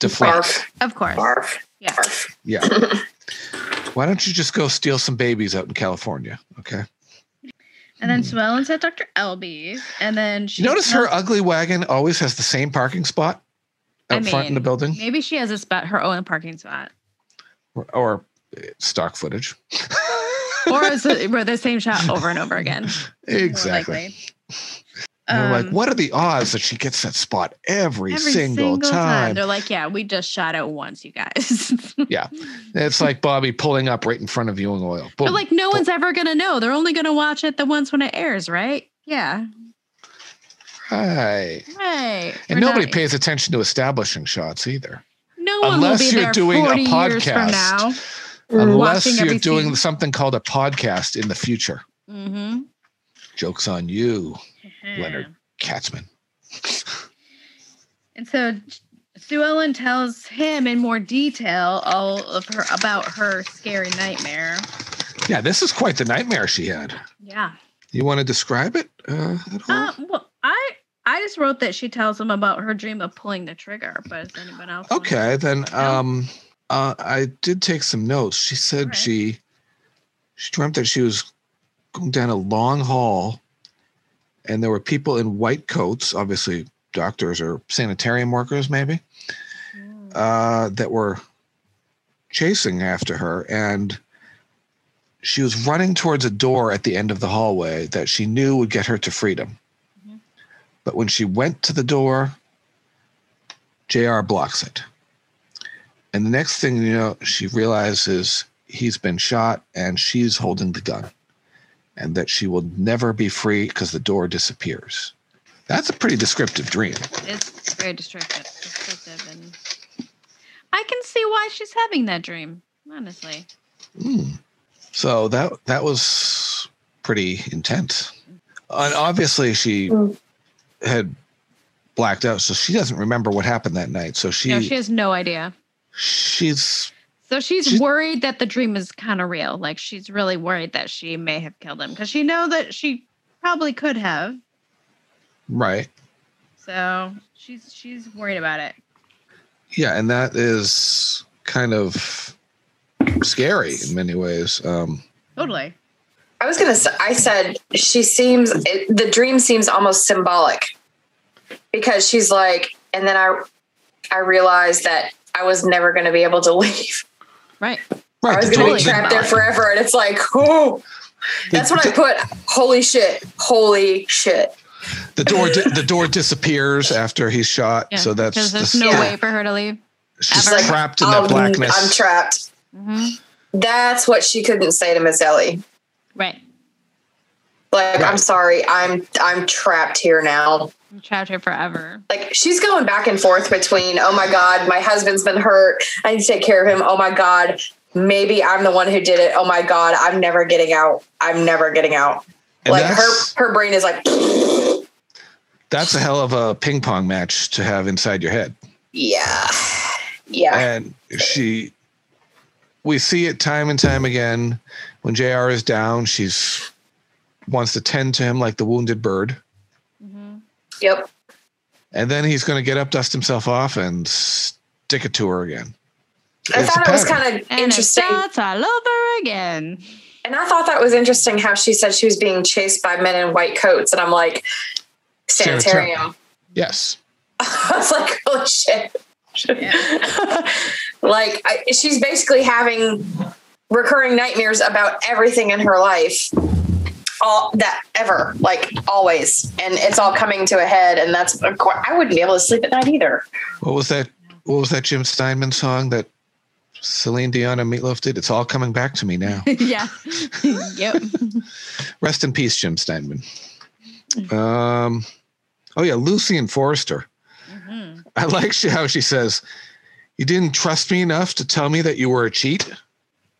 Speaker 1: deflect.
Speaker 3: Of course.
Speaker 4: Barf.
Speaker 3: Yeah.
Speaker 4: Barf.
Speaker 1: Yeah. Why don't you just go steal some babies out in California? Okay.
Speaker 3: And then Sue Ellen's at Dr. Elby's. And then she
Speaker 1: You notice her
Speaker 3: tells-
Speaker 1: ugly wagon always has the same parking spot
Speaker 3: I
Speaker 1: out front in the
Speaker 3: mean,
Speaker 1: building
Speaker 3: Maybe she has a spot her own parking spot.
Speaker 1: or, or uh, stock footage. *laughs*
Speaker 3: Or is it we're the same shot over and over again? More
Speaker 1: *laughs* exactly.
Speaker 3: likely.
Speaker 1: And they're like,
Speaker 3: Um,
Speaker 1: what are the odds that she gets that spot every,
Speaker 3: Every
Speaker 1: single, time?
Speaker 3: They're like, yeah, we just shot it once, you guys. *laughs*
Speaker 1: It's like Bobby pulling up right in front of you in oil.
Speaker 3: but
Speaker 1: Boom.
Speaker 3: like, no one's ever gonna know. They're only gonna watch it the once when it airs, right? Yeah,
Speaker 1: right.
Speaker 3: right.
Speaker 1: And
Speaker 3: We're
Speaker 1: nobody
Speaker 3: not- e-
Speaker 1: pays attention to establishing shots either.
Speaker 3: No one
Speaker 1: unless
Speaker 3: will be
Speaker 1: you're
Speaker 3: there
Speaker 1: doing a
Speaker 3: 40 years from
Speaker 1: podcast.
Speaker 3: now.
Speaker 1: Unless
Speaker 4: Mm.
Speaker 3: Watching
Speaker 1: you're
Speaker 3: every
Speaker 1: doing
Speaker 3: scene.
Speaker 1: something called a podcast in the future.
Speaker 3: Mm-hmm.
Speaker 1: Joke's on you, Leonard Katzman.
Speaker 3: And so Sue Ellen tells him in more detail all of her about her scary nightmare.
Speaker 1: Yeah, this is quite the nightmare she had.
Speaker 3: Yeah.
Speaker 1: You want to describe it uh, at all?
Speaker 3: Uh, well, I I just wrote that she tells him about her dream of pulling the trigger, but is anyone else? wanna-
Speaker 1: Okay, then
Speaker 3: Yeah.
Speaker 1: um uh, I did take some notes. She said
Speaker 3: Alright.
Speaker 1: she she dreamt that she was going down a long hall and there were people in white coats, obviously doctors or sanitarium workers maybe, uh, that were chasing after her and she was running towards a door at the end of the hallway that she knew would get her to freedom. But when she went to the door, JR blocks it. And the next thing you know, she realizes he's been shot and she's holding the gun and that she will never be free because the door disappears. That's a pretty descriptive dream.
Speaker 3: It's very distracted, distractive, and I can see why she's having that dream. Honestly,
Speaker 1: So that that was pretty intense. And obviously she had blacked out, so she doesn't remember what happened that night. So she,
Speaker 3: no, she has no idea.
Speaker 1: she's
Speaker 3: So she's
Speaker 1: She's-
Speaker 3: worried that the dream is kind of real. Like she's really worried that she may have killed him because she know that she probably could have.
Speaker 1: right.
Speaker 3: So she's she's worried about it.
Speaker 1: Yeah, and that is kind of scary in many ways. Um,
Speaker 3: Totally.
Speaker 4: I was gonna. s- I said she seems. It, the dream seems almost symbolic because she's like, and then I, I realized that I was never gonna be able to leave.
Speaker 3: Right.
Speaker 1: right,
Speaker 4: I was
Speaker 1: the
Speaker 4: gonna
Speaker 1: door-
Speaker 3: totally
Speaker 4: be trapped there
Speaker 3: symbolic.
Speaker 4: forever, and it's like, oh. That's when I put, holy shit, holy shit.
Speaker 1: the door di- the
Speaker 3: *laughs*
Speaker 1: door disappears after he's shot.
Speaker 3: Yeah,
Speaker 1: so that's
Speaker 3: Because there's
Speaker 1: the-
Speaker 3: no
Speaker 4: yeah.
Speaker 3: way for her to leave.
Speaker 1: she's
Speaker 3: ever. Like,
Speaker 1: trapped in
Speaker 4: I'm-
Speaker 1: that blackness.
Speaker 4: Um, I'm trapped.
Speaker 3: hmm
Speaker 4: That's what she couldn't say to Miss Ellie.
Speaker 3: Right.
Speaker 4: Like, I'm
Speaker 1: Right.
Speaker 4: sorry, I'm I'm trapped here now.
Speaker 3: I'm trapped here forever.
Speaker 4: Like she's going back and forth between, oh my god, my husband's been hurt. I need to take care of him. Oh my god, maybe I'm the one who did it. Oh my god, I'm never getting out. I'm never getting out.
Speaker 1: and
Speaker 4: like her
Speaker 1: that's,
Speaker 4: her brain is like,
Speaker 1: that's a hell of a ping pong match to have inside your head.
Speaker 4: yeah. Yeah.
Speaker 1: And she, we see it time and time again. When Jr. is down, she's wants to tend to him like the wounded bird.
Speaker 3: hmm
Speaker 4: Yep.
Speaker 1: and then he's going to get up, dust himself off, and stick it to her again.
Speaker 4: I
Speaker 1: It's a
Speaker 4: thought it was
Speaker 1: pattern.
Speaker 4: kind of
Speaker 3: And
Speaker 4: interesting.
Speaker 3: it starts all over again. *laughs*
Speaker 4: And I thought that was interesting how she said she was being chased by men in white coats. And I'm like, sanitarium.
Speaker 1: Yes,
Speaker 4: *laughs* I was like, oh shit. *laughs* like, I, she's basically having recurring nightmares about everything in her life. All that ever, like always. And it's all coming to a head. And that's, of course, I wouldn't be able to sleep at night either.
Speaker 1: what was that? What was that Jim Steinman song that Celine Dion and Meatloaf did? It's all coming back to me
Speaker 3: *laughs*
Speaker 1: now.
Speaker 3: yeah. yep.
Speaker 1: Rest in peace, Jim Steinman. Um, oh yeah, Lucian Forrester.
Speaker 3: Mhm.
Speaker 1: I like she, how she says, "You didn't trust me enough to tell me that you were a cheat."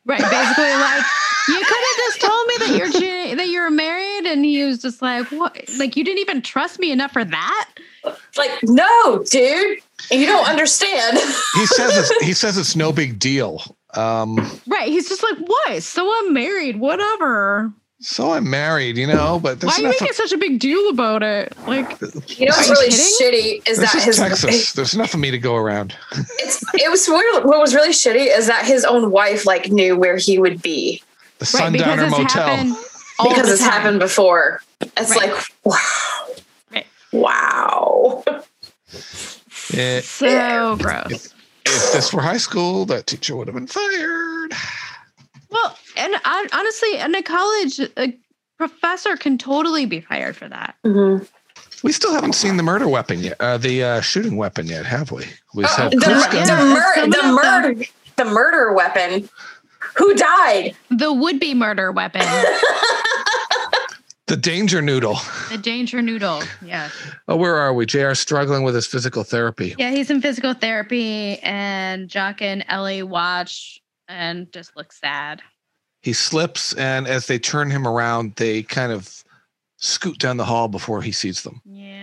Speaker 3: Right. Basically, like you could have just told me that you're ge- that you're married, and he was just like, "What? Like you didn't even trust me enough for that?"
Speaker 4: Like, no, dude, you don't understand. *laughs*
Speaker 1: He says, it's, "He says it's no big deal." Um,
Speaker 3: Right. He's just like, "What? So I'm married. Whatever.
Speaker 1: so I'm married, you know, but
Speaker 3: Why
Speaker 1: that's
Speaker 3: are you
Speaker 1: enough.
Speaker 3: making such a big deal about it?" Like,
Speaker 4: You know what's
Speaker 3: Are you
Speaker 4: really shitty is
Speaker 1: This
Speaker 4: that
Speaker 1: is
Speaker 4: his
Speaker 1: Texas. There's enough of me to go around.
Speaker 4: *laughs* it's it was weird. What was really shitty is that his own wife like knew where he would be
Speaker 1: The
Speaker 3: right?
Speaker 1: Sundowner Motel.
Speaker 3: *laughs* all
Speaker 4: because
Speaker 3: the
Speaker 4: it's
Speaker 3: time.
Speaker 4: happened before. It's
Speaker 3: Right.
Speaker 4: like wow,
Speaker 3: Right.
Speaker 4: wow.
Speaker 1: Eh,
Speaker 3: *laughs* So gross.
Speaker 1: if this were high school, that teacher would have been fired.
Speaker 3: Well, and I, honestly, in a college, a professor can totally be fired for that.
Speaker 1: We still haven't seen the murder weapon yet, uh, the uh, shooting weapon yet, have we? We
Speaker 4: Uh,
Speaker 1: have
Speaker 4: the,
Speaker 1: clips
Speaker 4: the,
Speaker 1: going.
Speaker 3: Yeah, it's
Speaker 4: mur-
Speaker 3: coming
Speaker 4: the
Speaker 3: up, though.
Speaker 4: murder the murder weapon. Who died?
Speaker 3: The would be murder weapon, *laughs*
Speaker 1: the danger noodle.
Speaker 3: the danger noodle. Yeah.
Speaker 1: Oh, where are we? JR struggling with his physical therapy.
Speaker 3: Yeah, he's in physical therapy, and Jock and Ellie watch and just look sad.
Speaker 1: He slips, and as they turn him around, they kind of scoot down the hall before he sees them.
Speaker 3: Yeah.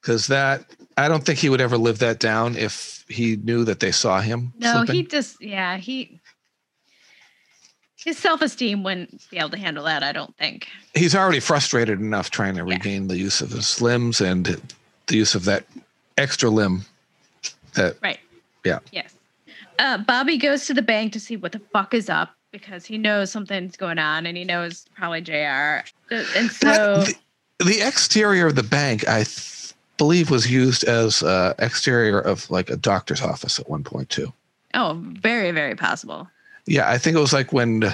Speaker 1: Because that, I don't think he would ever live that down if he knew that they saw him.
Speaker 3: No,
Speaker 1: slipping.
Speaker 3: he just yeah, he his self-esteem wouldn't be able to handle that, I don't think.
Speaker 1: he's already frustrated enough trying to regain the use of his limbs and the use of that extra limb that
Speaker 3: Right.
Speaker 1: Yeah.
Speaker 3: Yes. Uh, Bobby goes to the bank to see what the fuck is up because he knows something's going on and he knows probably JR. Uh, And so
Speaker 1: the, the exterior of the bank i th- believe was used as uh, exterior of like a doctor's office at one point too
Speaker 3: oh, very very possible.
Speaker 1: yeah i think it was like when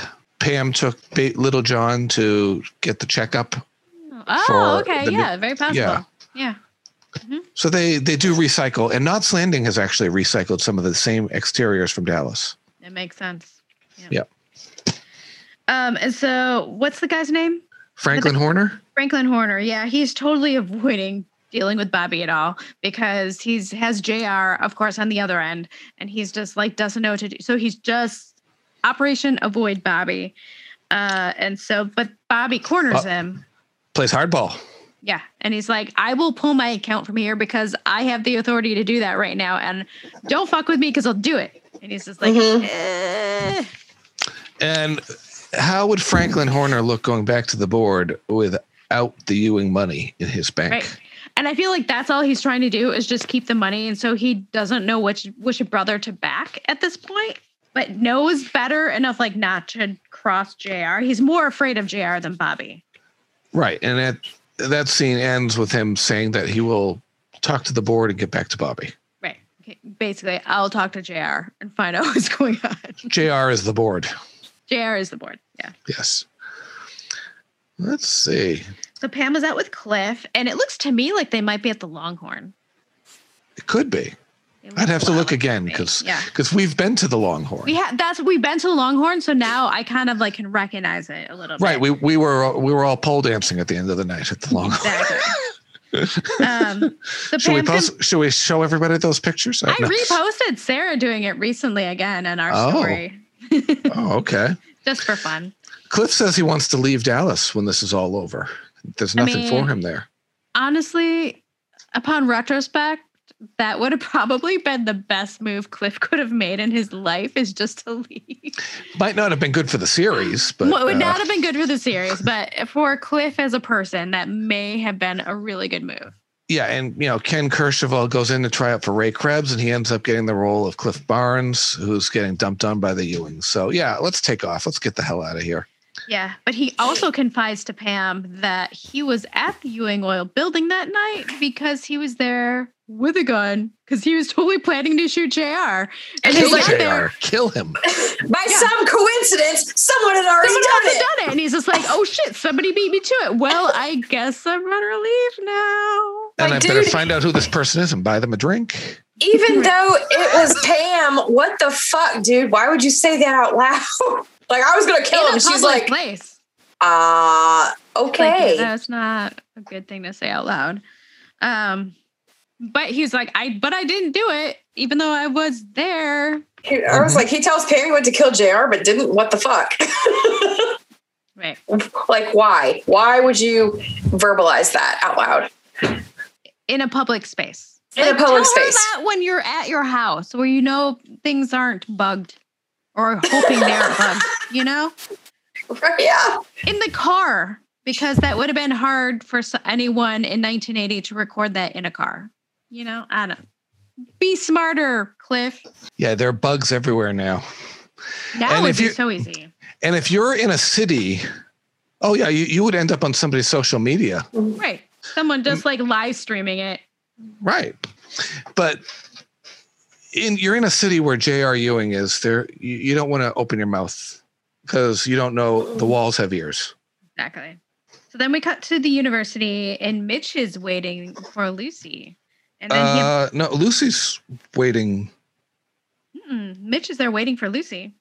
Speaker 1: pam took ba- little john to get the checkup
Speaker 3: Oh,
Speaker 1: For
Speaker 3: okay.
Speaker 1: the new-
Speaker 3: Yeah, very possible.
Speaker 1: yeah.
Speaker 3: Yeah.
Speaker 1: so they they do recycle and knots landing has actually recycled some of the same exteriors from dallas
Speaker 3: It makes sense.
Speaker 1: Yeah.
Speaker 3: Um, and so what's the guy's name?
Speaker 1: franklin horner
Speaker 3: Franklin Horner, yeah, he's totally *laughs* avoiding dealing with Bobby at all because he's has JR, of course, on the other end, and he's just like doesn't know what to do. So he's just Operation Avoid Bobby. Uh, and so, but Bobby corners
Speaker 1: Uh-
Speaker 3: him.
Speaker 1: plays hardball
Speaker 3: Yeah. And he's like, I will pull my account from here because I have the authority to do that right now. And don't fuck with me because I'll do it. And he's just like, "Eh."
Speaker 1: And how would Franklin Horner look going back to the board without the Ewing money in his bank?
Speaker 3: Right. And I feel like that's all he's trying to do is just keep the money. And so he doesn't know which which brother to back at this point, but knows better enough like not to cross JR. He's more afraid of JR than Bobby.
Speaker 1: Right. And that that scene ends with him saying that he will talk to the board and get back to Bobby.
Speaker 3: Right. Okay. Basically, I'll talk to JR and find out *laughs* what's going on.
Speaker 1: JR is the board.
Speaker 3: JR is the board. Yeah.
Speaker 1: Yes. Let's see.
Speaker 3: So Pam was out with Cliff, and it looks to me like they might be at the Longhorn.
Speaker 1: It could be. I'd
Speaker 3: It looks
Speaker 1: have
Speaker 3: a
Speaker 1: to
Speaker 3: lot
Speaker 1: look
Speaker 3: like
Speaker 1: again
Speaker 3: me.
Speaker 1: because
Speaker 3: Yeah.
Speaker 1: we've been to the Longhorn.
Speaker 3: we had that's we've been to Longhorn, so now I kind of like can recognize it a little bit.
Speaker 1: Right, we, we were we were all pole dancing at the end of the night at the Longhorn.
Speaker 3: Exactly.
Speaker 1: *laughs*
Speaker 3: um, so
Speaker 1: Should we
Speaker 3: Pam, can-
Speaker 1: post, should we show everybody those pictures? Oh,
Speaker 3: I
Speaker 1: *laughs* No.
Speaker 3: reposted Sarah doing it recently again in our
Speaker 1: Oh.
Speaker 3: story,
Speaker 1: Oh, okay.
Speaker 3: just for fun.
Speaker 1: Cliff says he wants to leave Dallas when this is all over. There's
Speaker 3: I
Speaker 1: nothing for
Speaker 3: mean-
Speaker 1: him there.
Speaker 3: Honestly, upon retrospect, that would have *laughs* probably been the best move Cliff could have made in his life is just to leave.
Speaker 1: Might not have been good for the series, but
Speaker 3: Well, it would
Speaker 1: uh,
Speaker 3: not have been good for the series, but for Cliff as a person, that may have been a really good move.
Speaker 1: yeah. And you know, Ken Kershaval goes in to try out for Ray Krebs, and he ends up getting the role of Cliff Barnes, who's getting dumped on by the Ewing. So yeah, let's take off. Let's get the hell out of here.
Speaker 3: Yeah, but he also confides to Pam that he was at the Ewing Oil building that night because he was there with a gun because he was totally planning to shoot JR. And he
Speaker 4: he's
Speaker 1: Kill
Speaker 4: like-
Speaker 3: went there.
Speaker 1: Jr. Kill
Speaker 3: *laughs*
Speaker 1: him.
Speaker 4: By
Speaker 3: Yeah.
Speaker 4: some coincidence, someone had already
Speaker 3: Someone
Speaker 4: done
Speaker 3: else
Speaker 4: it.
Speaker 3: had done it. And he's just like, oh shit, somebody beat me to it.
Speaker 4: *laughs*
Speaker 3: Well, I guess I'm gonna leave now.
Speaker 1: And
Speaker 4: Like,
Speaker 1: I better
Speaker 4: dude-
Speaker 1: find out who this person is and buy them a drink.
Speaker 4: Even though it was Pam, what the fuck, dude? Why would you say that out loud? *laughs* like I was gonna kill
Speaker 3: In
Speaker 4: him.
Speaker 3: a
Speaker 4: She's
Speaker 3: public
Speaker 4: like,
Speaker 3: place.
Speaker 4: uh,
Speaker 3: Like,
Speaker 4: okay.
Speaker 3: that's not a good thing to say out loud. Um, but he's like, I but I didn't do it, even though I was there.
Speaker 4: He- I was like, he tells Pam he went to kill Jr. but didn't. What the fuck? *laughs*
Speaker 3: Right.
Speaker 4: like, why? Why would you verbalize that out loud?
Speaker 3: in a public space.
Speaker 4: In a public
Speaker 3: tell
Speaker 4: space.
Speaker 3: Her that when you're at your house, where you know things aren't bugged, or hoping they aren't
Speaker 4: *laughs*
Speaker 3: bugged. You know,
Speaker 4: yeah.
Speaker 3: in the car because that would have been hard for s- anyone in 1980 to record that in a car. You know, I don't. Be smarter, Cliff.
Speaker 1: Yeah, there are bugs everywhere now.
Speaker 3: That
Speaker 1: And
Speaker 3: would
Speaker 1: if
Speaker 3: be
Speaker 1: you-
Speaker 3: so easy.
Speaker 1: And if you're in a city, oh yeah, you, you would end up on somebody's social media.
Speaker 3: Right.
Speaker 1: Mm.
Speaker 3: Someone just like live streaming it.
Speaker 1: Right. But in you're in a city where J.R. Ewing is there you, you don't want to open your mouth because you don't know the walls have ears.
Speaker 3: Exactly. So So then we cut to the university, and Mitch is waiting for Lucy. And then he,
Speaker 1: Uh, no, Lucy's waiting.
Speaker 3: Mm-mm. Hmm, Mitch is there waiting for Lucy.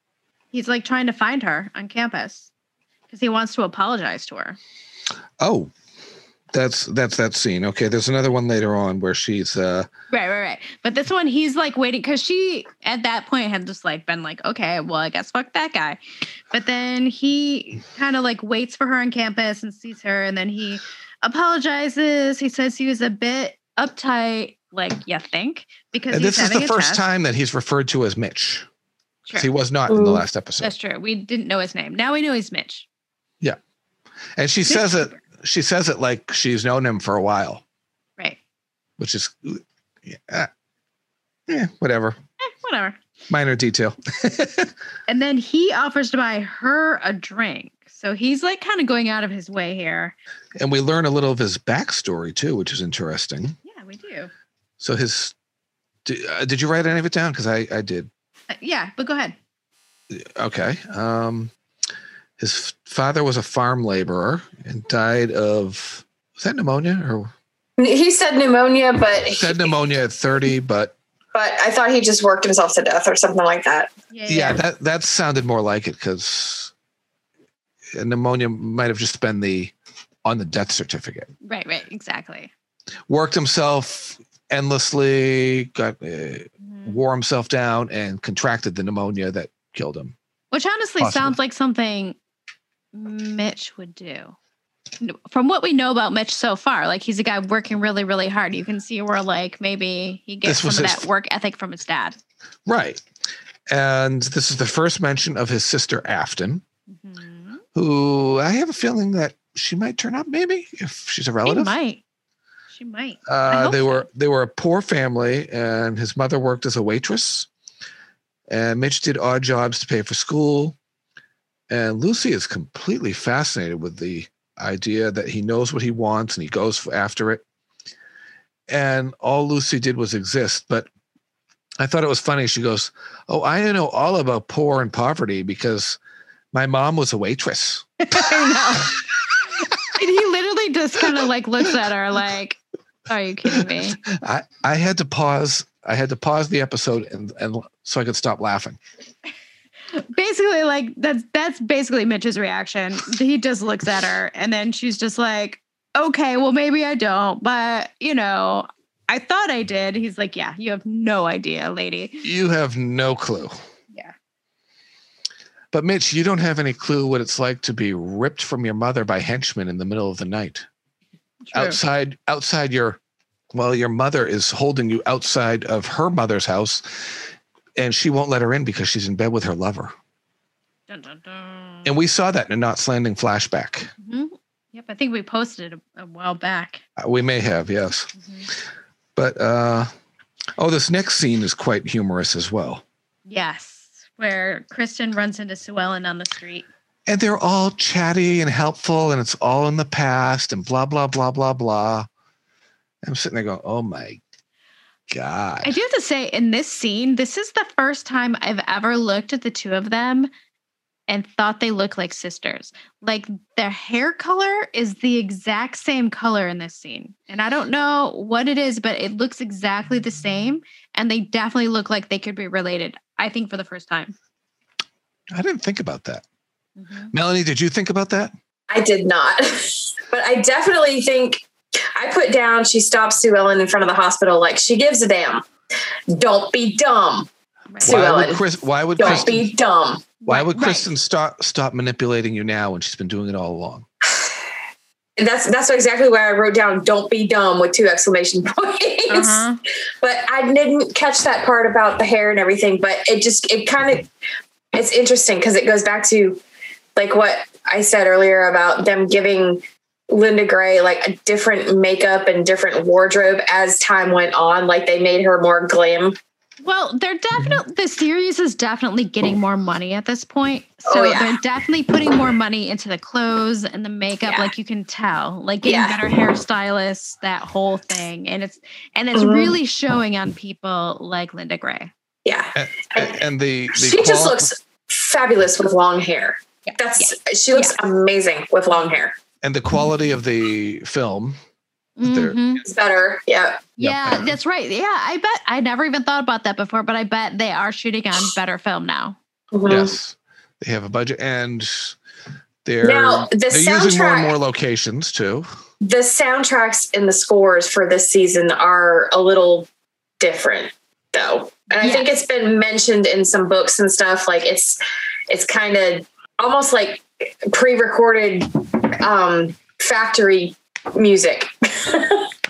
Speaker 3: He's like trying to find her on campus because he wants to apologize to her.
Speaker 1: Oh, that's that's that scene. Okay, there's another one later on where she's uh
Speaker 3: Right, right, right. But this one, he's like waiting because she at that point had just like been like, okay, well, I guess fuck that guy. But then he kind of like waits for her on campus and sees her, and then he apologizes. He says he was a bit uptight, like you think, because
Speaker 1: and
Speaker 3: he's
Speaker 1: this is the
Speaker 3: having a
Speaker 1: first
Speaker 3: test.
Speaker 1: time that he's referred to as Mitch. 'cause He
Speaker 3: Sure.
Speaker 1: was not in the
Speaker 4: Ooh.
Speaker 1: last episode.
Speaker 3: That's true. We didn't know his name. Now we know he's Mitch.
Speaker 1: And she
Speaker 3: Mitch
Speaker 1: says it
Speaker 3: Cooper.
Speaker 1: she says it like she's known him for a while,
Speaker 3: Right.
Speaker 1: which is yeah, yeah whatever.
Speaker 3: Eh, whatever.
Speaker 1: Minor detail.
Speaker 3: And then he offers to buy her a drink. So he's like kind of going out of his way here.
Speaker 1: And we learn a little of his backstory too, which is interesting.
Speaker 3: Yeah, we do.
Speaker 1: So his did, uh, did you write any of it down? Because I I did.
Speaker 3: Uh, yeah, but go ahead.
Speaker 1: Okay. Um, his f- father was a farm laborer and died of was that pneumonia or
Speaker 4: He said pneumonia, but he,
Speaker 1: said pneumonia at thirty, but
Speaker 4: but I thought he just worked himself to death or something like that.
Speaker 3: Yeah.
Speaker 1: yeah, that that sounded more like it because pneumonia might have just been the on the death certificate.
Speaker 3: Right, right. Exactly.
Speaker 1: Worked himself endlessly, got uh,
Speaker 3: Mhm.
Speaker 1: wore himself down, and contracted the pneumonia that killed him.
Speaker 3: Which honestly
Speaker 1: Possible.
Speaker 3: sounds like something Mitch would do. No- From what we know about Mitch so far, like he's a guy working really, really hard. You can see where like maybe he gets
Speaker 1: This
Speaker 3: some
Speaker 1: was
Speaker 3: of
Speaker 1: his
Speaker 3: that work ethic from his dad.
Speaker 1: Right. And this is the first mention of his sister Afton,
Speaker 3: Mhm.
Speaker 1: who I have a feeling that she might turn up maybe if she's a
Speaker 3: She
Speaker 1: relative.
Speaker 3: might. She might. I
Speaker 1: Uh,
Speaker 3: hope
Speaker 1: they
Speaker 3: so.
Speaker 1: were they were a poor family, and his mother worked as a waitress. And Mitch did odd jobs to pay for school. And Lucy is completely fascinated with the idea that he knows what he wants and he goes for, after it. And all Lucy did was exist. But I thought it was funny. She goes, "Oh, I know all about poor and poverty because my mom was a waitress."
Speaker 3: I know. and he literally just kind of like looks at her like, "Are you kidding me?"
Speaker 1: I, I had to pause. I had to pause the episode and, and so I could stop laughing.
Speaker 3: Basically, like that's that's basically Mitch's reaction. He just looks at her, and then she's just like, "Okay, well maybe I don't, but you know." I thought I did. He's like, yeah, you have no idea, lady.
Speaker 1: You have no clue.
Speaker 3: Yeah.
Speaker 1: But Mitch, you don't have any clue what it's like to be ripped from your mother by henchmen in the middle of the night. Oh. Outside outside your well, your mother is holding you outside of her mother's house and she won't let her in because she's in bed with her lover.
Speaker 3: Dun, dun, dun.
Speaker 1: And we saw that in a not slanding flashback.
Speaker 3: Mhm. Yep, I think we posted it a, a while back.
Speaker 1: Uh, We may have, yes.
Speaker 3: Mhm.
Speaker 1: But uh oh, this next scene is quite humorous as well.
Speaker 3: Yes, where Kristen runs into Sue Ellen on the street.
Speaker 1: and they're all chatty and helpful and it's all in the past and blah blah blah blah blah i'm sitting there going oh my god
Speaker 3: I do have to say, in this scene, this is the first time I've ever looked at the two of them and thought they look like sisters. Like their hair color is the exact same color in this scene. And I don't know what it is, but it looks exactly the same. And they definitely look like they could be related, I think, for the first time.
Speaker 1: I didn't think about that melanie did you think about that
Speaker 4: I did not, *laughs* but I definitely think I put down. She stops Sue Ellen in front of the hospital, like she gives a damn. Don't be dumb.
Speaker 3: Right.
Speaker 4: Sue
Speaker 1: why would
Speaker 4: Ellen.
Speaker 1: chris why would
Speaker 4: Don't
Speaker 1: kristen,
Speaker 4: be dumb.
Speaker 1: why would
Speaker 3: Right, right.
Speaker 1: kristen stop stop manipulating you now when she's been doing it all along
Speaker 4: And that's that's exactly why I wrote down "Don't be dumb" with two exclamation *laughs* points.
Speaker 3: Uh-huh.
Speaker 4: But I didn't catch that part about the hair and everything. But it just it kind of it's interesting because it goes back to like what I said earlier about them giving Linda Gray like a different makeup and different wardrobe as time went on. Like they made her more glam.
Speaker 3: Well, they're definitely the series is definitely getting more money at this point. So
Speaker 4: Oh, yeah.
Speaker 3: they're definitely putting more money into the clothes and the makeup,
Speaker 4: Yeah.
Speaker 3: like you can tell. Like getting
Speaker 4: Yeah.
Speaker 3: better hairstylists, that whole thing. And it's and it's
Speaker 4: Mhm.
Speaker 3: really showing on people like Linda Gray.
Speaker 4: Yeah,
Speaker 1: and, and the, the
Speaker 4: she just
Speaker 1: quali-
Speaker 4: looks fabulous with long hair. That's she looks amazing with long hair.
Speaker 1: and the quality of the film. They're-
Speaker 3: Mhm.
Speaker 4: It's better. Yeah.
Speaker 3: Yeah, that's right. Yeah, I bet I never even thought about that before, but I bet they are shooting on better film
Speaker 4: *sighs*
Speaker 3: now.
Speaker 4: Mhm.
Speaker 1: Yes, they have a budget, and they're
Speaker 4: Now, the
Speaker 1: they're using more and
Speaker 4: soundtrack-
Speaker 1: more locations too.
Speaker 4: The soundtracks and the scores for this season are a little different though. And I think it's been mentioned in some books and stuff. Like it's it's kind of almost like pre-recorded um factory music. *laughs*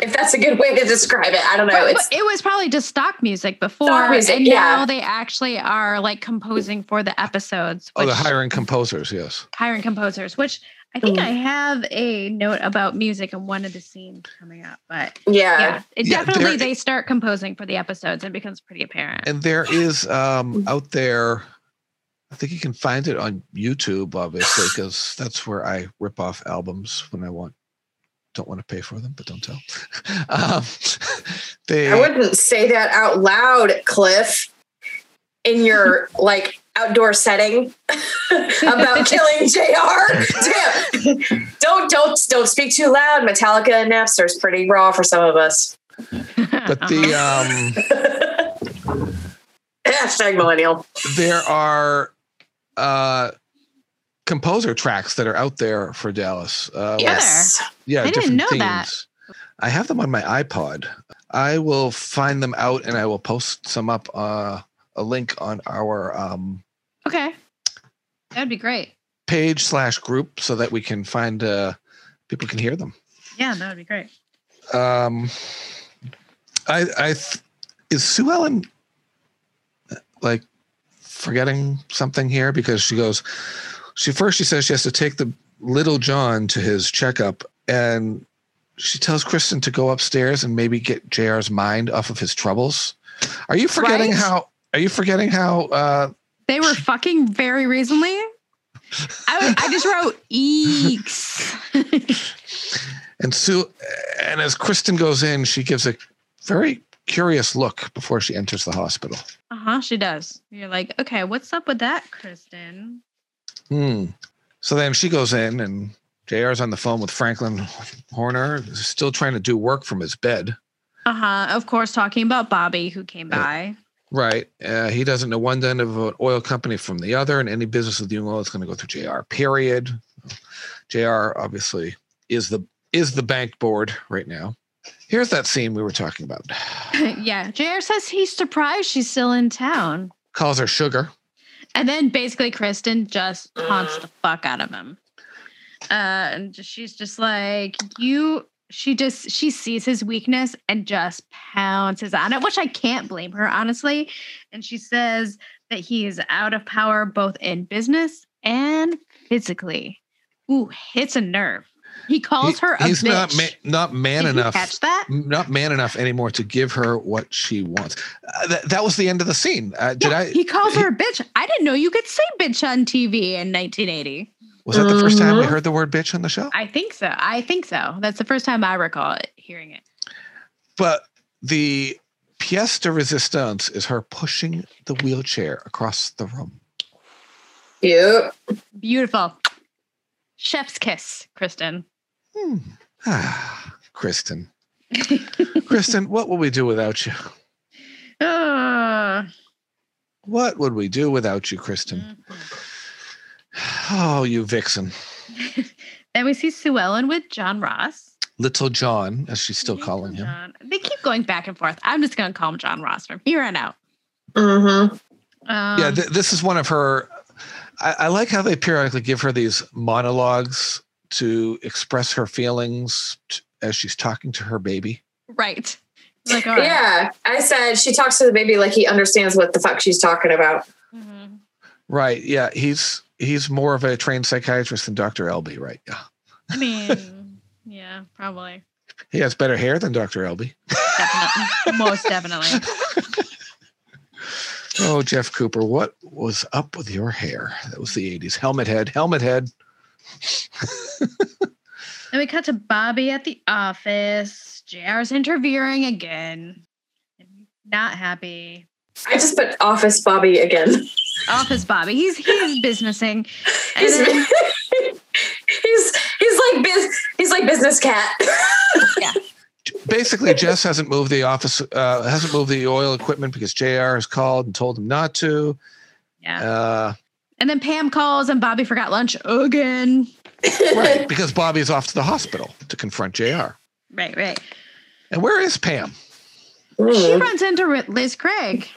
Speaker 4: if that's a good way to describe it. I don't know.
Speaker 3: But-
Speaker 4: It's
Speaker 3: but it was probably just stock music before,
Speaker 4: music,
Speaker 3: and
Speaker 4: yeah.
Speaker 3: now they actually are like composing for the episodes.
Speaker 1: Oh,
Speaker 3: Which,
Speaker 1: the hiring composers, yes.
Speaker 3: hiring composers, which I think I have a note about music in one of the scenes coming up, but
Speaker 4: yeah.
Speaker 3: yeah, it
Speaker 1: Yeah,
Speaker 3: definitely
Speaker 1: there-
Speaker 3: they start composing for the episodes and it becomes pretty apparent.
Speaker 1: And there is um,
Speaker 3: Mm-hmm.
Speaker 1: out there, I think you can find it on YouTube, obviously, because that's where I rip off albums when I want. Don't want to pay for them, but don't tell. *laughs* um, *laughs* they
Speaker 4: I wouldn't say that out loud, Cliff,
Speaker 3: *laughs*
Speaker 4: in your like outdoor setting *laughs* about killing JR. Damn. don't don't don't speak too loud. Metallica and Napster is pretty raw for some of us. *laughs*
Speaker 1: but the
Speaker 3: *laughs* Uh-huh. uh,
Speaker 1: um
Speaker 4: Hashtag millennial.
Speaker 1: um, there are uh composer tracks that are out there for Dallas.
Speaker 3: Oh,
Speaker 1: Uh
Speaker 4: Yes.
Speaker 1: yeah,
Speaker 3: I didn't
Speaker 1: different
Speaker 3: know
Speaker 1: themes.
Speaker 3: that.
Speaker 1: I have them on my iPod. I will find them out and I will post some up uh a link on our um
Speaker 3: okay, that'd be great.
Speaker 1: page slash group so that we can find uh people can hear them.
Speaker 3: Yeah, that would be great.
Speaker 1: Um I I th- is Sue Ellen like forgetting something here because she goes she first she says she has to take the little John to his checkup and she tells Kristen to go upstairs and maybe get JR's mind off of his troubles. Are you forgetting
Speaker 3: Right?
Speaker 1: how are you forgetting how uh
Speaker 3: They were fucking very recently. I, I just wrote eeks. *laughs*
Speaker 1: And Sue, and as Kristen goes in, she gives a very curious look before she enters the hospital.
Speaker 3: uh huh, she does. You're like, okay, what's up with that, Kristen?
Speaker 1: Hmm. So then she goes in, and JR's on the phone with Franklin Horner, still trying to do work from his bed.
Speaker 3: Uh huh. Of course, talking about Bobby who came
Speaker 1: Yeah.
Speaker 3: by. *laughs*
Speaker 1: Right. Uh, he doesn't know one end of an oil company from the other, and any business with the oil is going to go through JR. Period. JR obviously is the is the bank board right now. Here's that scene we were talking about.
Speaker 3: yeah, JR says he's surprised she's still in town.
Speaker 1: Calls her sugar.
Speaker 3: And then basically Kristen just taunts the fuck out of him. Uh, and just- she's just like, you she just she sees his weakness and just pounces on it, which I can't blame her, honestly. And she says that he is out of power both in business and physically. Ooh, hits a nerve. He calls
Speaker 1: He-
Speaker 3: her a
Speaker 1: he's
Speaker 3: bitch.
Speaker 1: not ma- not man
Speaker 3: Did you
Speaker 1: enough.
Speaker 3: catch that?
Speaker 1: not man enough anymore to give her what she wants. Uh, that, that was the end of the scene. Uh, did
Speaker 3: Yeah,
Speaker 1: I?
Speaker 3: he calls her a bitch. I didn't know you could say bitch on TV in 1980.
Speaker 1: Was that the first time we heard the word bitch on the show?
Speaker 3: I think so. I think so. That's the first time I recall it, hearing it.
Speaker 1: But the pièce de résistance is her pushing the wheelchair across the room.
Speaker 4: Yep.
Speaker 3: Beautiful. Chef's kiss, Kristen.
Speaker 1: Hmm. Ah, Kristen. Kristen, what would we do without you?
Speaker 3: Ah.
Speaker 1: What would we do without you, Kristen? *sighs* Oh, you vixen.
Speaker 3: then we see Sue Ellen with John Ross.
Speaker 1: Little John, as she's still
Speaker 3: Little
Speaker 1: calling him.
Speaker 3: John. They keep going back and forth. I'm just going to call him John Ross from here on out.
Speaker 4: Mm-hmm.
Speaker 3: Um,
Speaker 1: yeah th- this is one of her I, I like how they periodically give her these monologues to express her feelings t- as she's talking to her baby
Speaker 3: right. Like, all right.
Speaker 4: Yeah. I said she talks to the baby like he understands what the fuck she's talking about.
Speaker 3: Mhm.
Speaker 1: right yeah he's he's more of a trained psychiatrist than dr elby right yeah
Speaker 3: I mean, *laughs* yeah, probably.
Speaker 1: he has better hair than dr elby
Speaker 3: Definitely. Most definitely.
Speaker 1: oh jeff cooper what was up with your hair that was the 80s helmet head helmet head
Speaker 3: Then we cut to Bobby at the office. JR's interviewing again. Not happy.
Speaker 4: I just put office Bobby again.
Speaker 3: *laughs* Office *laughs* Bobby. He's he's businessing. And
Speaker 4: *laughs* He's,
Speaker 3: then-
Speaker 4: he's he's like biz, like business cat.
Speaker 1: Basically, Jess hasn't moved the office, uh, hasn't moved the oil equipment because JR has called and told him not to.
Speaker 3: Yeah.
Speaker 1: Uh,
Speaker 3: And then Pam calls and Bobby forgot lunch again.
Speaker 1: right, because Bobby's off to the hospital to confront JR.
Speaker 3: Right, right. Mm-hmm.
Speaker 1: And where is Pam?
Speaker 3: She
Speaker 4: Mm.
Speaker 3: runs into Ri- Liz Craig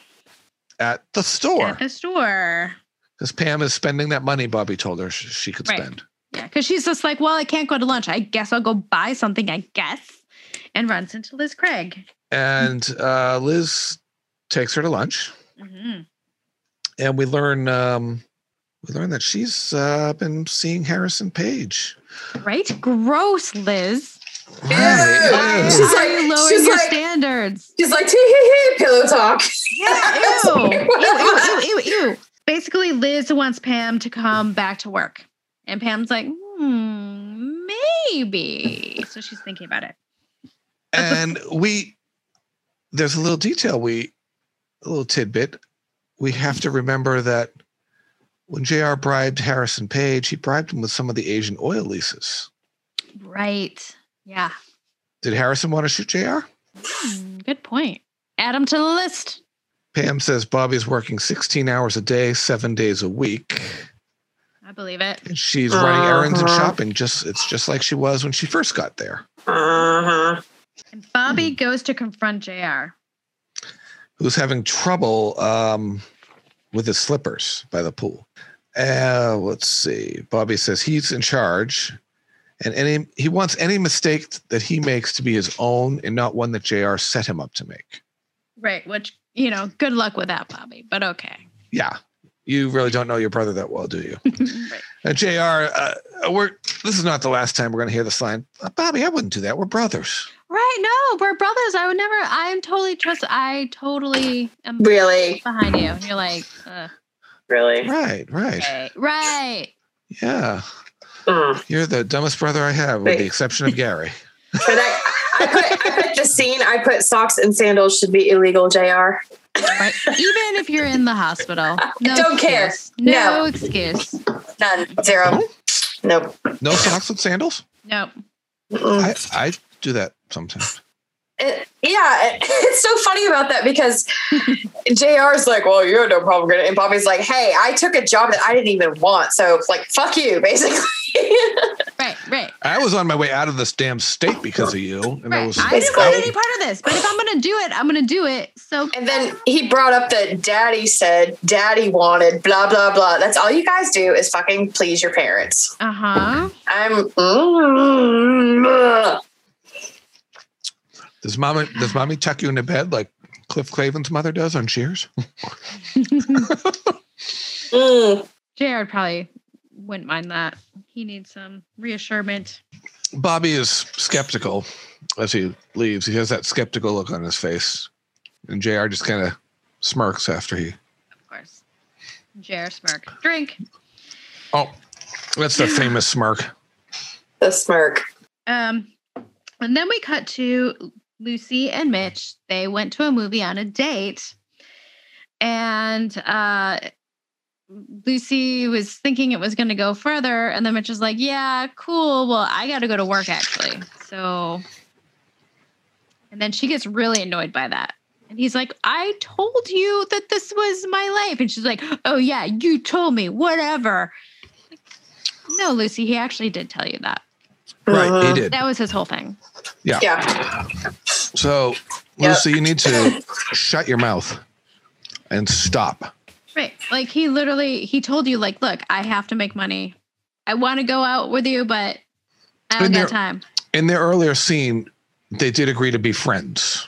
Speaker 1: At the store.
Speaker 3: at the store.
Speaker 1: Because Pam is spending that money Bobby told her sh- she could
Speaker 3: Right.
Speaker 1: spend.
Speaker 3: Yeah, because she's just like, well, I can't go to lunch. I guess I'll go buy something, I guess. And runs into Liz Craig.
Speaker 1: And uh, Liz takes her to lunch.
Speaker 3: Mhm.
Speaker 1: And we learn um, we learn that she's uh, been seeing Harrison Page.
Speaker 3: Right? Gross, Liz.
Speaker 1: Right.
Speaker 4: She's
Speaker 1: Ew.
Speaker 3: Why
Speaker 4: like-
Speaker 3: are you lowering
Speaker 4: she's
Speaker 3: your
Speaker 4: like-
Speaker 3: standards?
Speaker 4: She's like, "Tee-hee-hee, pillow talk.
Speaker 3: *laughs*
Speaker 4: *laughs*
Speaker 3: Ew. ew, ew, ew, ew, ew. Basically, Liz wants Pam to come back to work. And Pam's like, hmm, maybe. So she's thinking about it.
Speaker 1: and we there's a little detail we a little tidbit we have to remember that when jr bribed harrison page he bribed him with some of the asian oil leases
Speaker 3: Right. Yeah.
Speaker 1: did harrison want to shoot jr
Speaker 3: Hmm, good point. Add them to the list.
Speaker 1: pam says bobby's working 16 hours a day seven days a week
Speaker 3: I believe it.
Speaker 1: and she's running errands and
Speaker 4: Uh-huh.
Speaker 1: shopping just it's just like she was when she first got there
Speaker 4: Uh-huh.
Speaker 3: And Bobby goes to confront JR.
Speaker 1: who's having trouble um, with his slippers by the pool. Uh, let's see. Bobby says he's in charge, and any he wants any mistake that he makes to be his own and not one that Jr. set him up to make.
Speaker 3: Right. Which, you know, good luck with that, Bobby. But okay.
Speaker 1: Yeah, you really don't know your brother that well, do you?
Speaker 3: right.
Speaker 1: And Jr. Uh, we're this is not the last time we're going to hear this line. Uh, Bobby, I wouldn't do that. We're brothers.
Speaker 3: Right. No, we're brothers. I would never. I'm totally trust. I totally am
Speaker 4: Really,
Speaker 3: behind you. And you're like, uh,
Speaker 4: really.
Speaker 1: Right, right.
Speaker 3: okay. Right.
Speaker 1: Yeah,
Speaker 4: Mm.
Speaker 1: you're the dumbest brother I have, with
Speaker 4: Wait.
Speaker 1: the exception of Gary.
Speaker 4: But I, I put, I put the scene. I put socks and sandals should be illegal. Jr.
Speaker 3: Right. Even if you're in the hospital. No
Speaker 4: Don't care.
Speaker 3: excuse. No,
Speaker 4: No.
Speaker 3: excuse.
Speaker 4: None. Zero. Nope.
Speaker 1: No socks with sandals.
Speaker 3: No.
Speaker 4: Mm-mm.
Speaker 1: I, I do that sometimes.
Speaker 4: It- yeah, it- *laughs* it's so funny about that because JR's like, well, you had no problem getting it. And Bobby's like, hey, I took a job that I didn't even want. So, like, fuck you, *laughs* basically.
Speaker 3: Right, right.
Speaker 1: I was on my way out of this damn state because of you, and there
Speaker 3: right.
Speaker 1: was
Speaker 3: I didn't want
Speaker 4: Basically-
Speaker 3: any part of this, but if I'm going to do it, I'm going to do it. So
Speaker 4: and then he brought up that daddy said daddy wanted blah, blah, blah. That's all you guys do is fucking please your parents.
Speaker 3: Uh huh.
Speaker 4: I'm. mm, ugh.
Speaker 1: does mommy does mommy tuck you into bed like Cliff Clavin's mother does on Cheers?
Speaker 4: Mm.
Speaker 3: Jared probably wouldn't mind that. He needs some reassurement.
Speaker 1: Bobby is skeptical as he leaves. He has that skeptical look on his face, and Jr. just kind of smirks after he.
Speaker 3: Of course. Jared smirk. Drink.
Speaker 1: Oh, that's the famous smirk.
Speaker 4: The smirk.
Speaker 3: Um, and then we cut to Lucy and Mitch. They went to a movie on a date, and uh, Lucy was thinking it was going to go further, and then Mitch was like, "Yeah, cool. Well, I got to go to work actually." So, and then she gets really annoyed by that. And he's like, I told you that this was my life. And she's like, Oh, yeah, you told me, whatever. No, Lucy, he actually did tell you that.
Speaker 1: Right, he
Speaker 4: Mhm.
Speaker 1: did.
Speaker 3: That was his whole thing.
Speaker 4: Yeah.
Speaker 1: So,
Speaker 4: Yeah.
Speaker 1: Lucy, you need to shut your mouth and stop.
Speaker 3: Right. Like he literally he told you like, look, I have to make money. I want to go out with you, but I don't
Speaker 1: And there-
Speaker 3: got time.
Speaker 1: In their earlier scene, they did agree to be friends.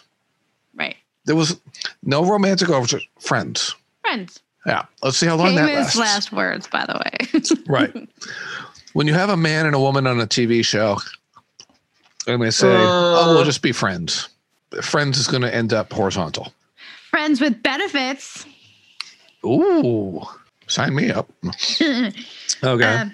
Speaker 3: Right.
Speaker 1: there was no romantic overture. Friends.
Speaker 3: Friends.
Speaker 1: Yeah. Let's see how long that
Speaker 3: Famous
Speaker 1: lasts.
Speaker 3: last words, by the way. *laughs*
Speaker 1: Right. when you have a man and a woman on a TV show and they say, oh,
Speaker 4: Uh.
Speaker 1: we'll just be friends, friends is going to end up horizontal.
Speaker 3: Friends with benefits.
Speaker 1: Ooh, sign me
Speaker 3: *laughs*
Speaker 1: up. Okay.
Speaker 3: Um,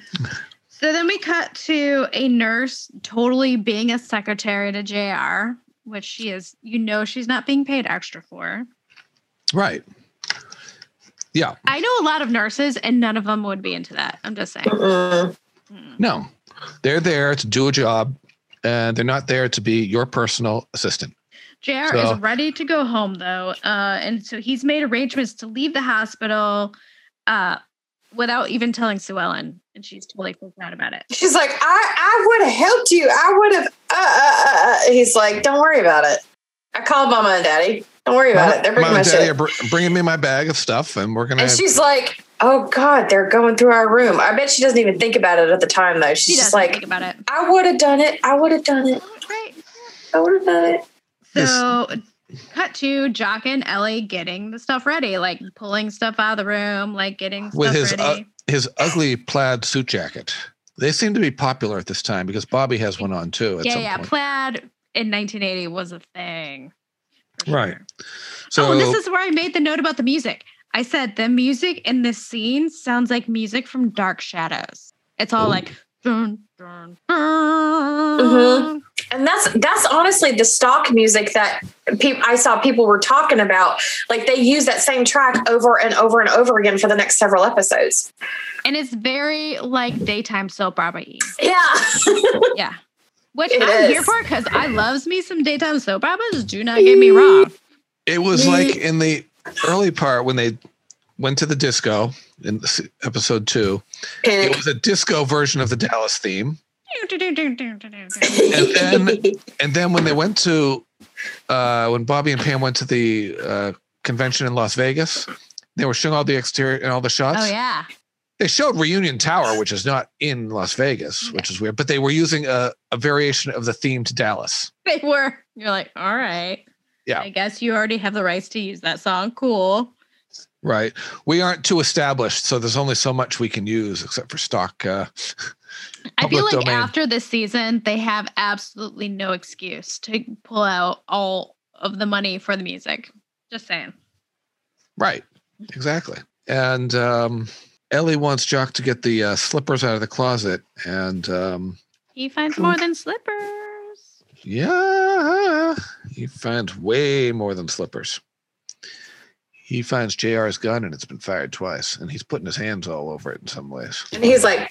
Speaker 3: so then we cut to a nurse totally being a secretary to JR, which she is, you know, she's not being paid extra for.
Speaker 1: right. Yeah.
Speaker 3: I know a lot of nurses and none of them would be into that. I'm just saying.
Speaker 4: Mm.
Speaker 1: No, they're there to do a job and they're not there to be your personal assistant.
Speaker 3: JR
Speaker 1: So-
Speaker 3: is ready to go home though. Uh, and so he's made arrangements to leave the hospital uh, without even telling Sue Ellen. And she's totally freaked out about it.
Speaker 4: She's like, I, I would have helped you. I would have. Uh, uh, uh, uh. He's like, don't worry about it. I called mama and daddy. Don't worry about it. They're
Speaker 1: Mom
Speaker 4: bringing my
Speaker 1: and Daddy
Speaker 4: shit.
Speaker 1: are br- bringing me my bag of stuff, and we're gonna.
Speaker 4: and she's like, oh God, they're going through our room. I bet she doesn't even think about it at the time, though.
Speaker 3: She
Speaker 4: She's
Speaker 3: doesn't
Speaker 4: just like,
Speaker 3: think about it.
Speaker 4: I would have done it. I would have done it.
Speaker 3: Right.
Speaker 4: I would have done it.
Speaker 1: This-
Speaker 3: So, cut to Jock and Ellie getting the stuff ready, like pulling stuff out of the room, like getting
Speaker 1: With
Speaker 3: stuff
Speaker 1: his,
Speaker 3: ready.
Speaker 1: his ugly plaid suit jacket. They seem to be popular at this time because Bobby has one on too. At
Speaker 3: yeah,
Speaker 1: some
Speaker 3: yeah.
Speaker 1: point.
Speaker 3: Plaid in 1980 was a thing. for
Speaker 1: Right.
Speaker 3: sure.
Speaker 1: So
Speaker 3: oh, this is where I made the note about the music. I said the music in this scene sounds like music from Dark Shadows. It's all like dun, dun, dun.
Speaker 4: Mhm. And that's that's honestly the stock music that peop I saw people were talking about. Like they use that same track over and over and over again for the next several episodes.
Speaker 3: and it's very like daytime soap opera.
Speaker 4: *laughs* Yeah,
Speaker 3: Yeah, which
Speaker 4: It
Speaker 3: I'm here
Speaker 4: is.
Speaker 3: for because I loves me some daytime soap operas. Do not get me wrong.
Speaker 1: It was like in the early part when they went to the disco in s- episode two. It was a disco version of the Dallas theme, and
Speaker 3: *laughs*
Speaker 1: then and then when they went to uh, when Bobby and Pam went to the uh, convention in Las Vegas, they were showing all the exterior and all the shots.
Speaker 3: Oh yeah,
Speaker 1: They showed Reunion Tower, which is not in Las Vegas, which is weird. But they were using a, a variation of the theme to Dallas.
Speaker 3: they were. You're like, all right.
Speaker 1: Yeah.
Speaker 3: I guess you already have the rights to use that song. Cool.
Speaker 1: Right. We aren't too established, so there's only so much we can use except for stock. Uh,
Speaker 3: I feel
Speaker 1: Public
Speaker 3: like
Speaker 1: domain.
Speaker 3: after this season, they have absolutely no excuse to pull out all of the money for the music. Just saying.
Speaker 1: Right. Exactly. And um, Ellie wants Jock to get the uh, slippers out of the closet. And um,
Speaker 3: He finds more than slippers.
Speaker 1: yeah, he finds way more than slippers. He finds JR's gun and it's been fired twice. And he's putting his hands all over it in some ways.
Speaker 4: and he's like,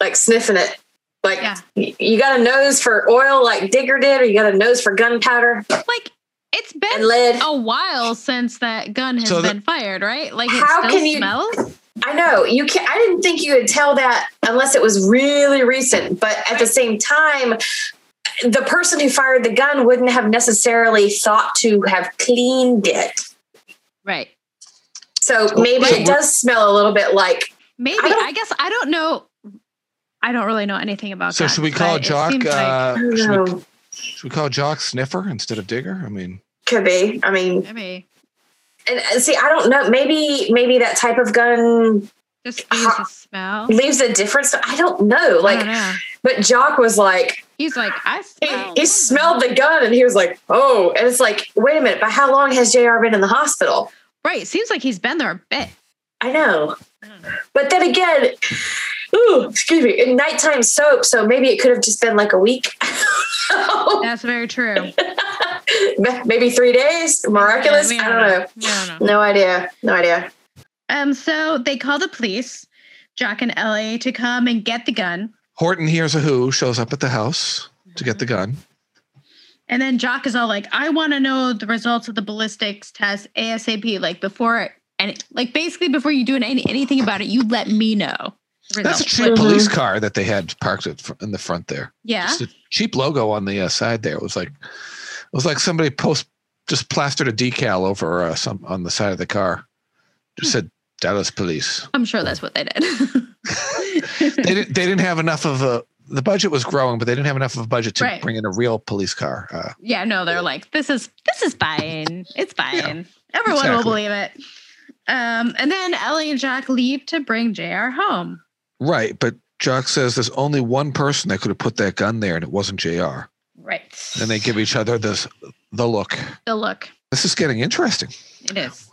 Speaker 4: like sniffing it. Like
Speaker 3: Yeah.
Speaker 4: y- you got a nose for oil, like Digger did, or you got a nose for gunpowder
Speaker 3: Like, it's
Speaker 4: and
Speaker 3: been
Speaker 4: lead.
Speaker 3: a while since that gun has
Speaker 1: So the-
Speaker 3: been fired, right? Like, it
Speaker 4: How
Speaker 3: still
Speaker 4: can you-
Speaker 3: smells.
Speaker 4: I know you can't. I didn't think you would tell that unless it was really recent. But at the same time, the person who fired the gun wouldn't have necessarily thought to have cleaned it.
Speaker 3: Right.
Speaker 4: So maybe
Speaker 1: so
Speaker 4: it does smell a little bit like
Speaker 3: Maybe.
Speaker 4: I don't-
Speaker 3: I, guess I don't know. I don't really know anything about
Speaker 1: So
Speaker 3: guns,
Speaker 1: should we call
Speaker 3: but it
Speaker 1: Jock?
Speaker 3: seems like-
Speaker 1: uh,
Speaker 4: I don't
Speaker 1: should, we,
Speaker 4: know.
Speaker 1: should we call Jock Sniffer instead of Digger? I mean,
Speaker 4: Could be. I mean,
Speaker 3: I mean,
Speaker 4: and and see, I don't know. Maybe maybe that type of gun
Speaker 3: just use the smell.
Speaker 4: leaves a difference. I don't know.
Speaker 3: I don't
Speaker 4: Like,
Speaker 3: know.
Speaker 4: but Jock was like,
Speaker 3: he's like, I
Speaker 4: he,
Speaker 3: smell.
Speaker 4: he smelled the gun, and he was like, oh. And it's like, wait a minute. But how long has Jr. been in the hospital?
Speaker 3: Right. Seems like he's been there a bit.
Speaker 4: I know. But then again, ooh, excuse me, in nighttime soap, so maybe it could have just been like a week. *laughs*
Speaker 3: That's very true.
Speaker 4: *laughs* maybe three days. Miraculous.
Speaker 3: Yeah, we
Speaker 4: I don't know.
Speaker 3: We don't know.
Speaker 4: No idea. No idea.
Speaker 3: Um, so they call the police, Jock and Ellie, to come and get the gun.
Speaker 1: Horton hears a who, shows up at the house to get the gun.
Speaker 3: And then Jock is all like, I want to know the results of the ballistics test ASAP, like before and like basically before you do any, anything about it, you let me know. Mm-hmm. the
Speaker 1: That's a
Speaker 3: results."
Speaker 1: cheap
Speaker 4: Mhm.
Speaker 1: police car that they had parked at, in the front there.
Speaker 3: yeah.
Speaker 1: Just a cheap logo on the uh, side there. It was like it was like somebody post just plastered a decal over uh, some on the side of the car.
Speaker 3: Hmm.
Speaker 1: Just said Dallas Police.
Speaker 3: I'm sure that's what they did.
Speaker 1: They didn't. They didn't have enough of a. The budget was growing, but they didn't have enough of a budget to
Speaker 3: Right.
Speaker 1: bring in a real police car. Uh,
Speaker 3: *laughs* yeah, no, they're like, this is this is fine. It's fine. Everyone will
Speaker 1: exactly.
Speaker 3: believe it. Um, and then Ellie and Jock leave to bring JR home.
Speaker 1: right, but Jock says there's only one person that could have put that gun there, and it wasn't Jr.
Speaker 3: Right.
Speaker 1: And they give each other this the look.
Speaker 3: the look.
Speaker 1: This is getting interesting.
Speaker 3: It is.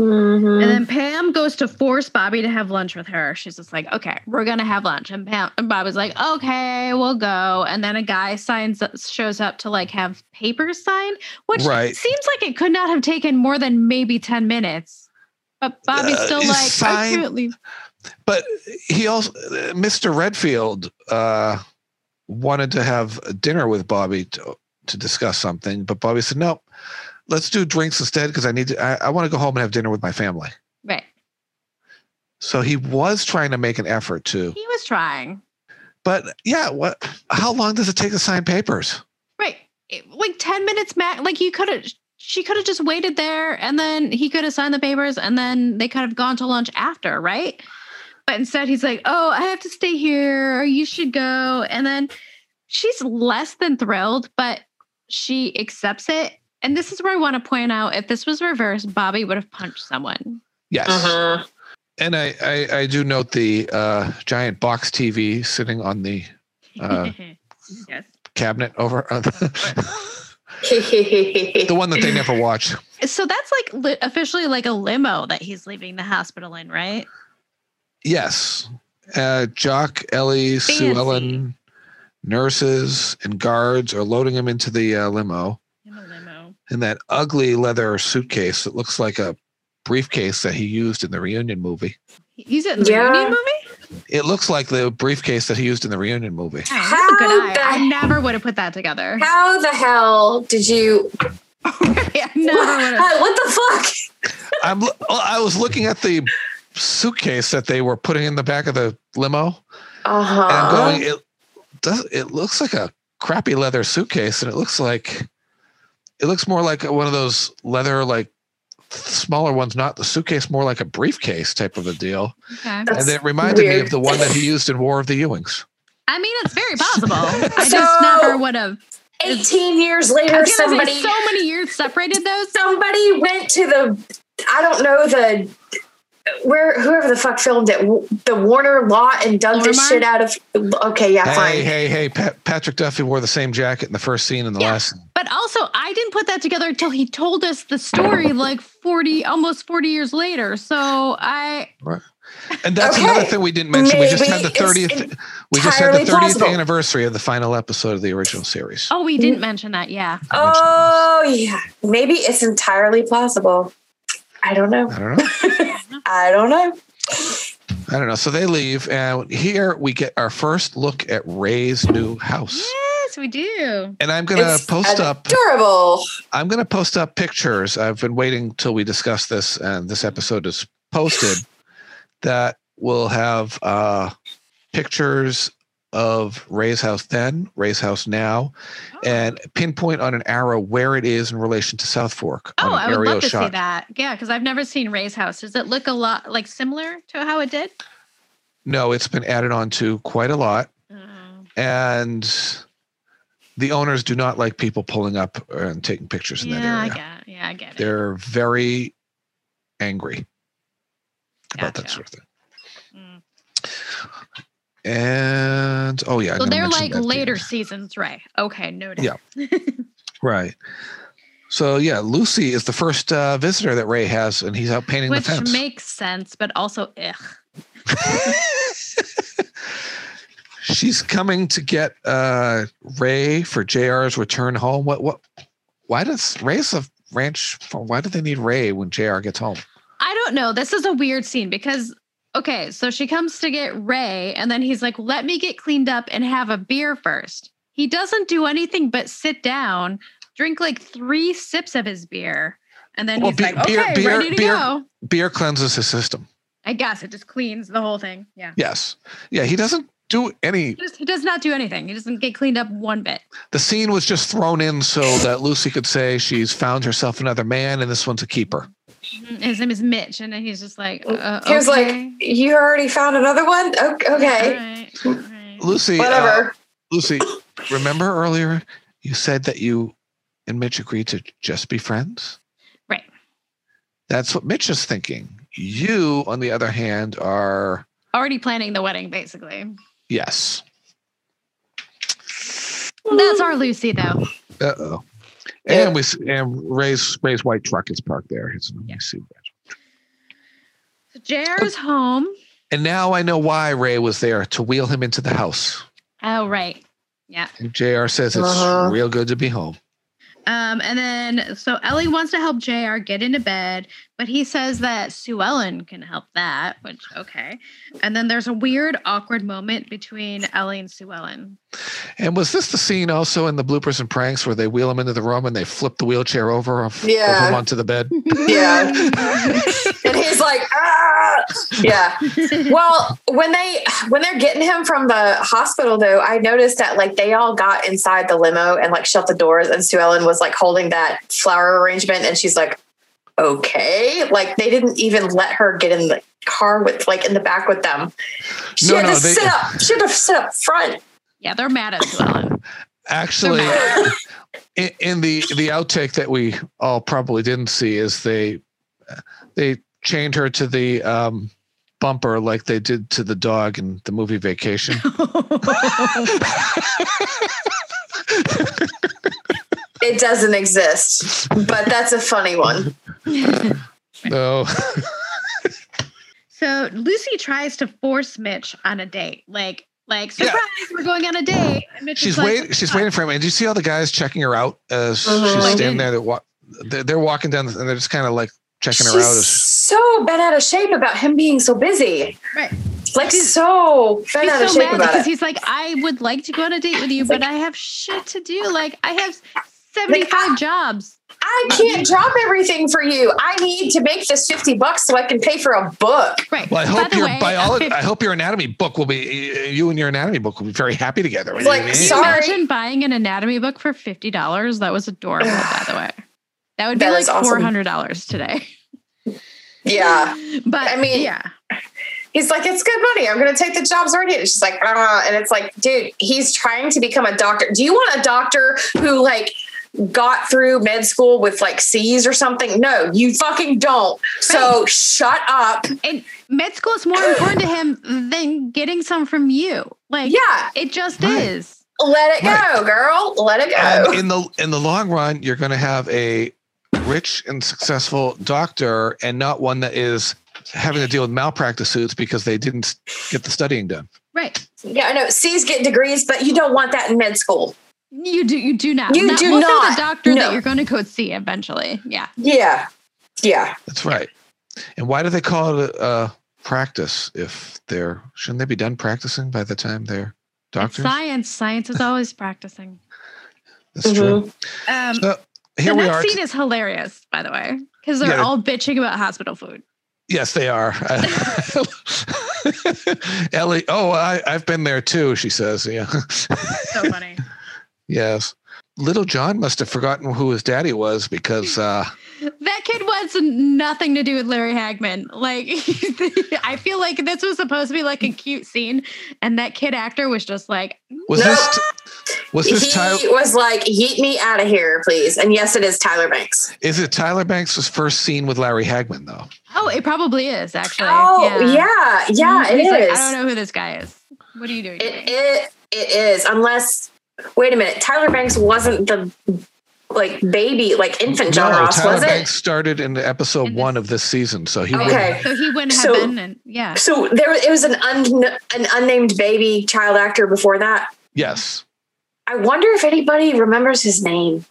Speaker 4: Mhm.
Speaker 3: And then
Speaker 1: Mm.
Speaker 3: Pam goes to force Bobby to have lunch with her. She's just like, okay, we're gonna have lunch. And Pam and Bob is like, okay, we'll go. And then a guy signs up, shows up to like have papers signed, which
Speaker 1: Right.
Speaker 3: seems like it could not have taken more than maybe 10 minutes. But Bobby's
Speaker 1: Uh,
Speaker 3: still
Speaker 1: you
Speaker 3: like, I
Speaker 1: sign-
Speaker 3: can't leave.
Speaker 1: But he also, Mr. Redfield, uh, wanted to have dinner with Bobby to, to discuss something, but Bobby said, "Nope, let's do drinks instead because I need to. I, I want to go home and have dinner with my family."
Speaker 3: Right.
Speaker 1: So he was trying to make an effort to,
Speaker 3: He was trying.
Speaker 1: but yeah, what? How long does it take to sign papers?
Speaker 3: Right. It- like 10 minutes max. Like you could have, she could have just waited there and then he could have signed the papers and then they could have gone to lunch after, right? But instead he's like, oh, I have to stay here. Or you should go. And then she's less than thrilled, but she accepts it. And this is where I want to point out if this was reversed, Bobby would have punched someone.
Speaker 1: Yes.
Speaker 4: Mhm.
Speaker 1: And I, I, I do note the uh, giant box TV sitting on the uh,
Speaker 3: *laughs* yes.
Speaker 1: cabinet over *laughs* on the, the one that they never watched.
Speaker 3: So that's like li- officially like a limo that he's leaving the hospital in, right?
Speaker 1: Yes. Uh, Jock, Ellie, Sue
Speaker 3: Fancy.
Speaker 1: Ellen, nurses, and guards are loading him into the uh, limo
Speaker 3: In a limo.
Speaker 1: in that ugly leather suitcase that looks like a briefcase that he used in the reunion movie.
Speaker 3: He's in the
Speaker 4: Yeah.
Speaker 3: reunion movie?
Speaker 1: It looks like the briefcase that he used in the reunion movie.
Speaker 3: Oh, that's a good
Speaker 4: How
Speaker 3: eye.
Speaker 4: the-
Speaker 3: I never would have put that together.
Speaker 4: *laughs* How the hell did you?
Speaker 3: *laughs* I never would have.
Speaker 4: *laughs* What the fuck?
Speaker 1: I'm lo- I was looking at the suitcase that they were putting in the back of the limo.
Speaker 4: Uh
Speaker 1: and I'm going.
Speaker 4: huh.
Speaker 1: It does. It looks like a crappy leather suitcase, and it looks like it looks more like one of those leather like smaller ones, not the suitcase, more like a briefcase type of a deal.
Speaker 3: Okay.
Speaker 1: and it reminded me
Speaker 4: weird.
Speaker 1: of the one that he used in War of the
Speaker 4: *laughs*
Speaker 1: Ewings.
Speaker 3: I mean, it's very possible. I
Speaker 4: So-
Speaker 3: just never would have.
Speaker 4: Eighteen years
Speaker 3: I
Speaker 4: later,
Speaker 3: was gonna
Speaker 4: somebody
Speaker 3: say so many years separated those.
Speaker 4: somebody went to the I don't know the where whoever the fuck filmed it the Warner lot and dug this
Speaker 3: Lormar?
Speaker 4: shit out of. Okay, yeah, fine.
Speaker 1: Hey, hey, hey! Pat, Patrick Duffy wore the same jacket in the first scene and the
Speaker 3: Yeah.
Speaker 1: last. Scene.
Speaker 3: But also, I didn't put that together until he told us the story like 40, almost 40 years later. So I,
Speaker 1: And that's
Speaker 4: Okay.
Speaker 1: another thing we didn't mention. We just had the
Speaker 4: Maybe it's
Speaker 1: thirtieth. We just had the
Speaker 4: entirely
Speaker 1: thirtieth
Speaker 4: plausible.
Speaker 1: anniversary of the final episode of the original series.
Speaker 3: oh, we didn't mention that. Yeah.
Speaker 4: Oh yeah, maybe it's entirely plausible. I don't know.
Speaker 1: I don't know.
Speaker 4: I don't know.
Speaker 1: I don't know. So they leave, and here we get our first look at Ray's new house.
Speaker 3: Yes, we do.
Speaker 1: And I'm gonna
Speaker 4: It's
Speaker 1: post up.
Speaker 4: Adorable.
Speaker 1: I'm gonna post up pictures. I've been waiting till we discuss this, and this episode is posted. That will have uh, pictures of Ray's house then, Ray's house now,
Speaker 3: Oh.
Speaker 1: and pinpoint on an arrow where it is in relation to South Fork.
Speaker 3: Oh,
Speaker 1: on an
Speaker 3: I would
Speaker 1: aerial
Speaker 3: love to see that. Yeah, because I've never seen Ray's house. Does it look a lot like similar to how it did?
Speaker 1: No, it's been added on to quite a lot.
Speaker 3: Oh.
Speaker 1: and the owners do not like people pulling up and taking pictures in
Speaker 3: yeah,
Speaker 1: that
Speaker 3: I
Speaker 1: area.
Speaker 3: get. Yeah, I get it.
Speaker 1: They're very angry about that
Speaker 3: Gotcha.
Speaker 1: sort of thing.
Speaker 3: Mm.
Speaker 1: And oh yeah, I
Speaker 3: So
Speaker 1: never
Speaker 3: they're
Speaker 1: mentioned
Speaker 3: like
Speaker 1: that at the
Speaker 3: later
Speaker 1: end.
Speaker 3: seasons, right? Okay, noted.
Speaker 1: Yeah. right? So yeah, Lucy is the first uh, visitor that Ray has, and he's out painting
Speaker 3: Which
Speaker 1: the fence.
Speaker 3: makes sense, but also ugh.
Speaker 1: She's coming to get uh, Ray for JR's return home. What? What? Why does Ray's a ranch? Why do they need Ray when JR gets home?
Speaker 3: I don't know. This is a weird scene because okay, so she comes to get Ray, and then he's like, "Let me get cleaned up and have a beer first. He doesn't do anything but sit down, drink like three sips of his beer, and then
Speaker 1: Well,
Speaker 3: he's
Speaker 1: be-
Speaker 3: like,
Speaker 1: beer-
Speaker 3: "Okay,
Speaker 1: beer-
Speaker 3: ready to
Speaker 1: beer-
Speaker 3: go."
Speaker 1: beer cleanses his system.
Speaker 3: I guess it just cleans the whole thing. Yeah.
Speaker 1: Yes. Yeah, he doesn't do any.
Speaker 3: He, just, he does not do anything. He doesn't get cleaned up one bit.
Speaker 1: The scene was just thrown in so that Lucy could say she's found herself another man and this one's a keeper.
Speaker 3: Mhm. His name is Mitch, and then he's just like, uh,
Speaker 4: Mm-hmm. He was
Speaker 3: okay.
Speaker 4: like, "You already found another one? Okay, okay.
Speaker 3: Alright, alright.
Speaker 1: Lucy, uh,
Speaker 4: whatever."
Speaker 1: Lucy, remember earlier you said that you and Mitch agreed to just be friends?
Speaker 3: Right.
Speaker 1: That's what Mitch is thinking. You, on the other hand, are
Speaker 3: Already planning the wedding, basically.
Speaker 1: yes.
Speaker 3: That's our Lucy, though.
Speaker 1: Uh oh. And we s- and Ray's Ray's white truck is parked there. It's, we see that.
Speaker 3: So JR's home.
Speaker 1: And now I know why Ray was there to wheel him into the house.
Speaker 3: Oh, right.
Speaker 1: And JR says it's
Speaker 4: Uh-huh.
Speaker 1: real good to be home.
Speaker 3: Um, and then, so Ellie wants to help JR get into bed, but he says that Sue Ellen can help that, which, okay. And then there's a weird, awkward moment between Ellie and Sue Ellen.
Speaker 1: And was this the scene also in the bloopers and pranks where they wheel him into the room and they flip the wheelchair over, or flip
Speaker 4: Yeah.
Speaker 1: him onto the
Speaker 4: *laughs*
Speaker 1: bed?
Speaker 4: Yeah. and he's like, ah. Yeah. Well, when they when they're getting him from the hospital though, I noticed that like they all got inside the limo and like shut the doors and Sue Ellen was like holding that flower arrangement and she's like, Okay. Like they didn't even let her get in the car with like in the back with them. She
Speaker 1: No,
Speaker 4: had
Speaker 1: no,
Speaker 4: to
Speaker 1: they-
Speaker 4: sit up. She had to sit up front.
Speaker 3: Yeah, they're mad at Sue Ellen.
Speaker 4: *laughs*
Speaker 1: Actually, in, in the the outtake that we all probably didn't see is they they chained her to the um, bumper like they did to the dog in the movie Vacation.
Speaker 4: *laughs*
Speaker 1: *laughs*
Speaker 4: It doesn't exist. But that's a funny one.
Speaker 1: No,
Speaker 3: So Lucy tries to force Mitch on a date. Like, like surprise, we're going on a date. And Mitch
Speaker 1: she's
Speaker 3: is like,
Speaker 1: wait she's waiting for him. And do you see all the guys checking her out as she's
Speaker 4: Mhm.
Speaker 1: standing there? That wa- they're, they're walking down the- and they're just kind of like checking her
Speaker 4: She's
Speaker 1: out. as-
Speaker 4: so bent out of shape about him being so busy.
Speaker 3: Right.
Speaker 4: Like so bent out of
Speaker 3: He's so
Speaker 4: shape
Speaker 3: mad
Speaker 4: about
Speaker 3: because
Speaker 4: it.
Speaker 3: he's like, I would like to go on a date with you, but I have shit to do. Like, I have 75
Speaker 4: ah!
Speaker 3: jobs.
Speaker 4: I can't drop everything for you. I need to make this fifty bucks so I can pay for a book.
Speaker 3: Right.
Speaker 1: Well, I
Speaker 3: By
Speaker 1: hope
Speaker 3: the
Speaker 1: your
Speaker 3: way,
Speaker 1: biology. I
Speaker 3: I-
Speaker 1: hope your anatomy book will be. You and your anatomy book will be very happy together.
Speaker 4: It's like,
Speaker 1: You know what I mean?
Speaker 3: Can you
Speaker 4: *laughs* Sorry.
Speaker 3: Imagine buying an anatomy book for $50. That was adorable, by the way. That would be
Speaker 4: That
Speaker 3: like
Speaker 4: is awesome.
Speaker 3: $400 today. *laughs*
Speaker 4: Yeah.
Speaker 3: But
Speaker 4: I mean-
Speaker 3: yeah.
Speaker 4: He's like, it's good money. I'm gonna take the jobs already. And she's like, "Uh," and it's like, dude, he's trying to become a doctor. Do you want a doctor who like got through med school with like C's or something? No, you fucking don't. So shut up.
Speaker 3: And med school is
Speaker 4: *clears throat*
Speaker 3: more important to him than getting some from you. Like,
Speaker 4: Yeah,
Speaker 3: it just
Speaker 1: Right.
Speaker 3: is.
Speaker 4: let it go, girl. Let it go.
Speaker 1: And in the in the long run, you're going to have a rich and successful doctor, and not one that is having to deal with malpractice suits because they didn't get the studying done.
Speaker 3: Right.
Speaker 4: Yeah, I know. C's get degrees, but you don't want that in med school.
Speaker 3: You do. You do not.
Speaker 4: You
Speaker 3: Not-
Speaker 4: do
Speaker 3: well,
Speaker 4: not.
Speaker 3: the doctor
Speaker 4: No.
Speaker 3: that you're going to go see eventually. Yeah.
Speaker 4: Yeah. Yeah.
Speaker 1: That's right. And why do they call it a, a practice if they're shouldn't they be done practicing by the time they're
Speaker 3: It's
Speaker 1: doctors?
Speaker 3: science. Science is always practicing.
Speaker 1: That's
Speaker 4: Mm-hmm.
Speaker 1: true.
Speaker 3: Um,
Speaker 1: So Here
Speaker 3: the
Speaker 1: we
Speaker 3: next
Speaker 1: are.
Speaker 3: scene is hilarious, by the way, because they're
Speaker 1: Yeah.
Speaker 3: all bitching about hospital food.
Speaker 1: Yes, they are. *laughs* Ellie, oh, I, I've been there too, she says. Yeah. *laughs*
Speaker 3: So funny.
Speaker 1: yes. Little John must have forgotten who his daddy was because uh,
Speaker 3: *laughs* that kid wants nothing to do with Larry Hagman. Like, *laughs* I feel like this was supposed to be like a cute scene, and that kid actor was just like,
Speaker 1: was
Speaker 4: No.
Speaker 1: this was
Speaker 4: He
Speaker 1: this Tyler
Speaker 4: was like, yeet me out of here, please. And yes, it is Tyler Banks.
Speaker 1: is it Tyler Banks' first scene with Larry Hagman though?
Speaker 3: "Oh, it probably is actually."
Speaker 4: Oh, yeah. Yeah,
Speaker 3: Mhm.
Speaker 4: it
Speaker 3: He's like,
Speaker 4: is.
Speaker 3: I don't know who this guy is. What are you doing?
Speaker 4: It, it, it is. Unless, wait a minute. Tyler Banks wasn't the like baby, like infant John
Speaker 1: no,
Speaker 4: Ross,
Speaker 1: Tyler
Speaker 4: was
Speaker 1: Banks
Speaker 4: it?
Speaker 1: started in episode
Speaker 3: In this-
Speaker 1: one of this season, so he
Speaker 3: Oh,
Speaker 1: wouldn't-
Speaker 4: Okay.
Speaker 3: So he wouldn't have
Speaker 4: So-
Speaker 3: been, and yeah.
Speaker 4: So there, it was an un, an unnamed baby child actor before that.
Speaker 1: yes.
Speaker 4: I wonder if anybody remembers his name.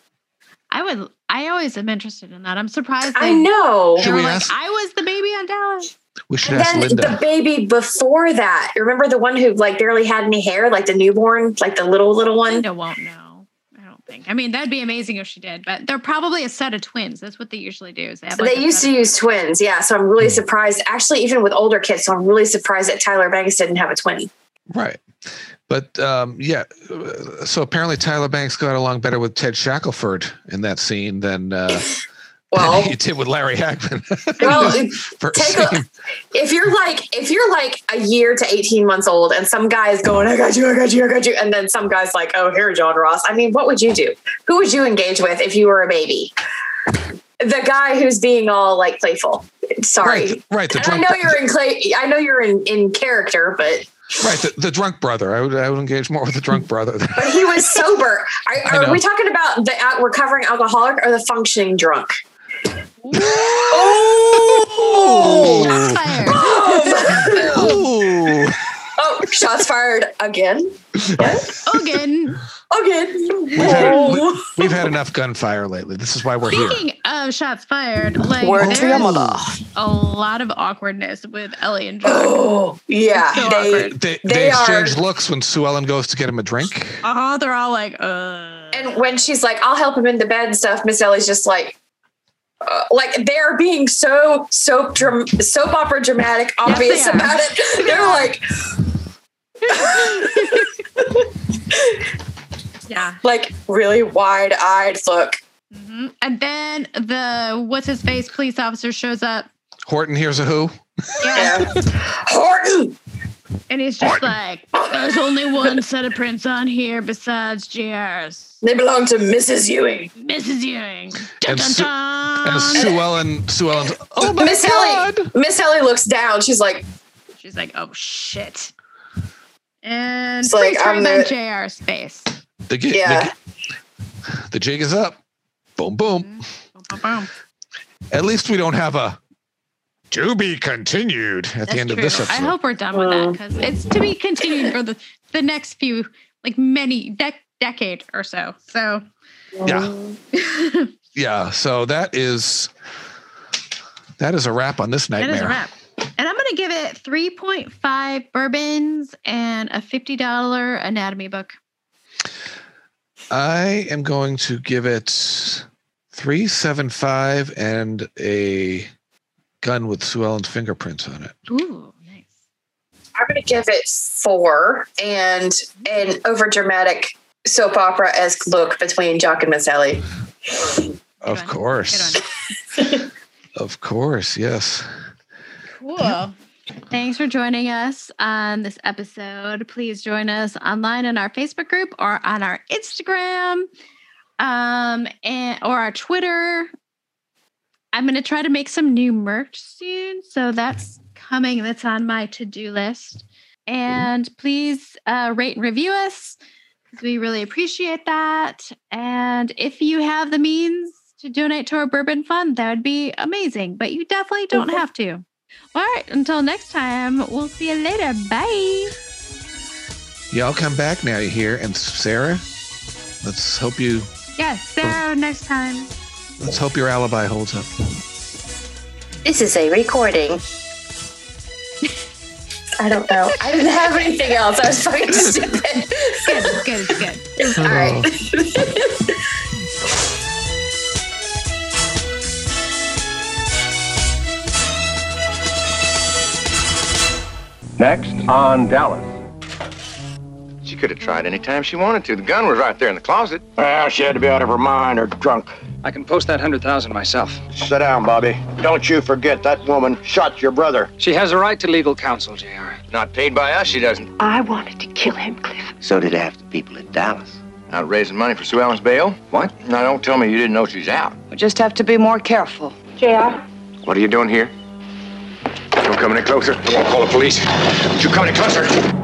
Speaker 3: I would. I always am interested in that. I'm surprised. They,
Speaker 4: I know.
Speaker 3: They
Speaker 1: Should
Speaker 3: were
Speaker 1: we
Speaker 3: like,
Speaker 1: ask-
Speaker 3: I was the baby on Dallas.
Speaker 1: We should
Speaker 4: And
Speaker 1: ask
Speaker 4: then the
Speaker 1: Linda.
Speaker 4: baby before that, remember the one who like barely had any hair, like the newborn, like the little little one.
Speaker 3: Linda won't know. I don't think. I mean, that'd be amazing if she did, but they're probably a set of twins. That's what they usually do. Is they have like
Speaker 4: they
Speaker 3: a
Speaker 4: used to
Speaker 3: set
Speaker 4: use twins, yeah. So I'm really surprised, actually, even with older kids. So I'm really surprised that Tyler Banks didn't have a *laughs* twin.
Speaker 1: Right. But um, yeah, uh, so apparently Tyler Banks got along better with Ted Shackelford in that scene than uh, *laughs*
Speaker 4: Well,
Speaker 1: you did with Larry Hackman.
Speaker 4: *laughs* well,
Speaker 1: *laughs* For
Speaker 4: take a, if you're like if you're like a year to 18 months old, and some guy is going, "I got you, I got you, I got you," and then some guy's like, "Oh, here, John Ross." I mean, what would you do? Who would you engage with if you were a baby? The guy who's being all like playful. Sorry,
Speaker 1: right, right, the
Speaker 4: And I
Speaker 1: drunk,
Speaker 4: know you're in clay. I know you're in in character, but
Speaker 1: right, the, the drunk brother. I would, I would engage more with the drunk brother. than- *laughs*
Speaker 4: but he was sober. Are,
Speaker 1: I know.
Speaker 4: are we talking about the out recovering alcoholic or the functioning drunk?
Speaker 1: oh,
Speaker 3: Shots fired.
Speaker 4: oh,
Speaker 1: Ooh.
Speaker 4: Oh, shots fired again.
Speaker 3: *laughs* Ogan.
Speaker 4: Again.
Speaker 1: We've had,
Speaker 4: Whoa.
Speaker 1: we, have had enough gunfire lately. This is why we're here.
Speaker 3: Speaking of shots fired, like
Speaker 4: Word to your
Speaker 3: there's
Speaker 4: mother.
Speaker 3: a lot of awkwardness with Ellie and Jack.
Speaker 4: Oh, yeah.
Speaker 3: So
Speaker 4: they,
Speaker 3: awkward.
Speaker 1: They,
Speaker 4: They
Speaker 1: they
Speaker 4: are-
Speaker 1: exchange looks when Sue Ellen goes to get him a drink.
Speaker 3: Uh huh. They're all like, uh.
Speaker 4: and when she's like, I'll help him into bed and stuff, Miss Ellie's just like, uh, like they're being so soap dram- soap opera dramatic obvious
Speaker 3: they are.
Speaker 4: about it. They're like,
Speaker 3: yeah.
Speaker 4: like really wide eyed look.
Speaker 3: Mhm. And then the what's his face police officer shows up.
Speaker 1: Horton hears a who.
Speaker 3: Yeah.
Speaker 4: Yeah. Horton.
Speaker 3: And he's just like, there's only one set of prints on here besides JR's.
Speaker 4: They belong to Mrs. Ewing.
Speaker 3: Mrs. Ewing.
Speaker 1: And Su-
Speaker 3: Dun-dun-dun.
Speaker 1: And Sue Ellen, Sue Ellen's, oh my
Speaker 4: Miss
Speaker 1: God.
Speaker 4: Ellie. Miss Ellie looks down. She's like,
Speaker 3: She's like, oh shit. And
Speaker 4: It's
Speaker 3: please
Speaker 4: like,
Speaker 3: turn
Speaker 4: I'm
Speaker 3: on
Speaker 4: the-
Speaker 3: JR's face.
Speaker 1: The, gi-
Speaker 4: Yeah.
Speaker 1: the, gi- the jig is up. Boom,
Speaker 3: Mm-hmm.
Speaker 1: boom.
Speaker 3: Boom, boom.
Speaker 1: At least we don't have a to be continued at the
Speaker 3: That's
Speaker 1: end of
Speaker 3: true.
Speaker 1: this episode.
Speaker 3: I hope we're done with that because it's to be continued for the, the next few, like many, dec- decade or so. So,
Speaker 1: Yeah.
Speaker 3: *laughs*
Speaker 1: yeah. So that is that is a wrap on this nightmare.
Speaker 3: That is a wrap. And I'm going to give it 3.5 bourbons and a $50 anatomy book.
Speaker 1: I am going to give it three seven five and a gun with Sue Ellen's fingerprints on it.
Speaker 3: Ooh, nice.
Speaker 4: I'm going to give it four and an overdramatic soap opera esque look between Jock and Miss Ellie.
Speaker 1: Of
Speaker 3: one.
Speaker 1: course. *laughs* Of course, yes.
Speaker 3: Cool. Thanks for joining us on this episode. Please join us online in our Facebook group or on our Instagram um, and, or our Twitter. I'm going to try to make some new merch soon. So that's coming. That's on my to do list. And please uh, rate and review us because we really appreciate that. And if you have the means to donate to our bourbon fund, that would be amazing. But you definitely don't have to. All right, until next time, we'll see you later. Bye.
Speaker 1: Y'all come back now, you hear? And Sarah, let's hope you
Speaker 3: Yes, so next time.
Speaker 1: let's hope your alibi holds up.
Speaker 4: This is a recording. I don't know. I didn't have anything else. I was fucking *laughs* stupid.
Speaker 3: Good, good, good.
Speaker 4: All right.
Speaker 5: Next on Dallas.
Speaker 8: She could have tried any time she wanted to. The gun was right there in the closet.
Speaker 5: Well, she had to be out of her mind or drunk.
Speaker 7: I can post that 100,000 myself.
Speaker 5: Sit down, Bobby. Don't you forget that woman shot your brother.
Speaker 7: She has a right to legal counsel, JR.
Speaker 8: Not paid by us, she doesn't.
Speaker 6: I wanted to kill him, Cliff.
Speaker 9: So did half the people at Dallas.
Speaker 8: Out raising money for Sue Ellen's bail? What? Now don't tell me you didn't know she's out.
Speaker 10: We just have to be more careful.
Speaker 8: What are you doing here? Don't come any closer. I won't call the police. Don't you come any closer.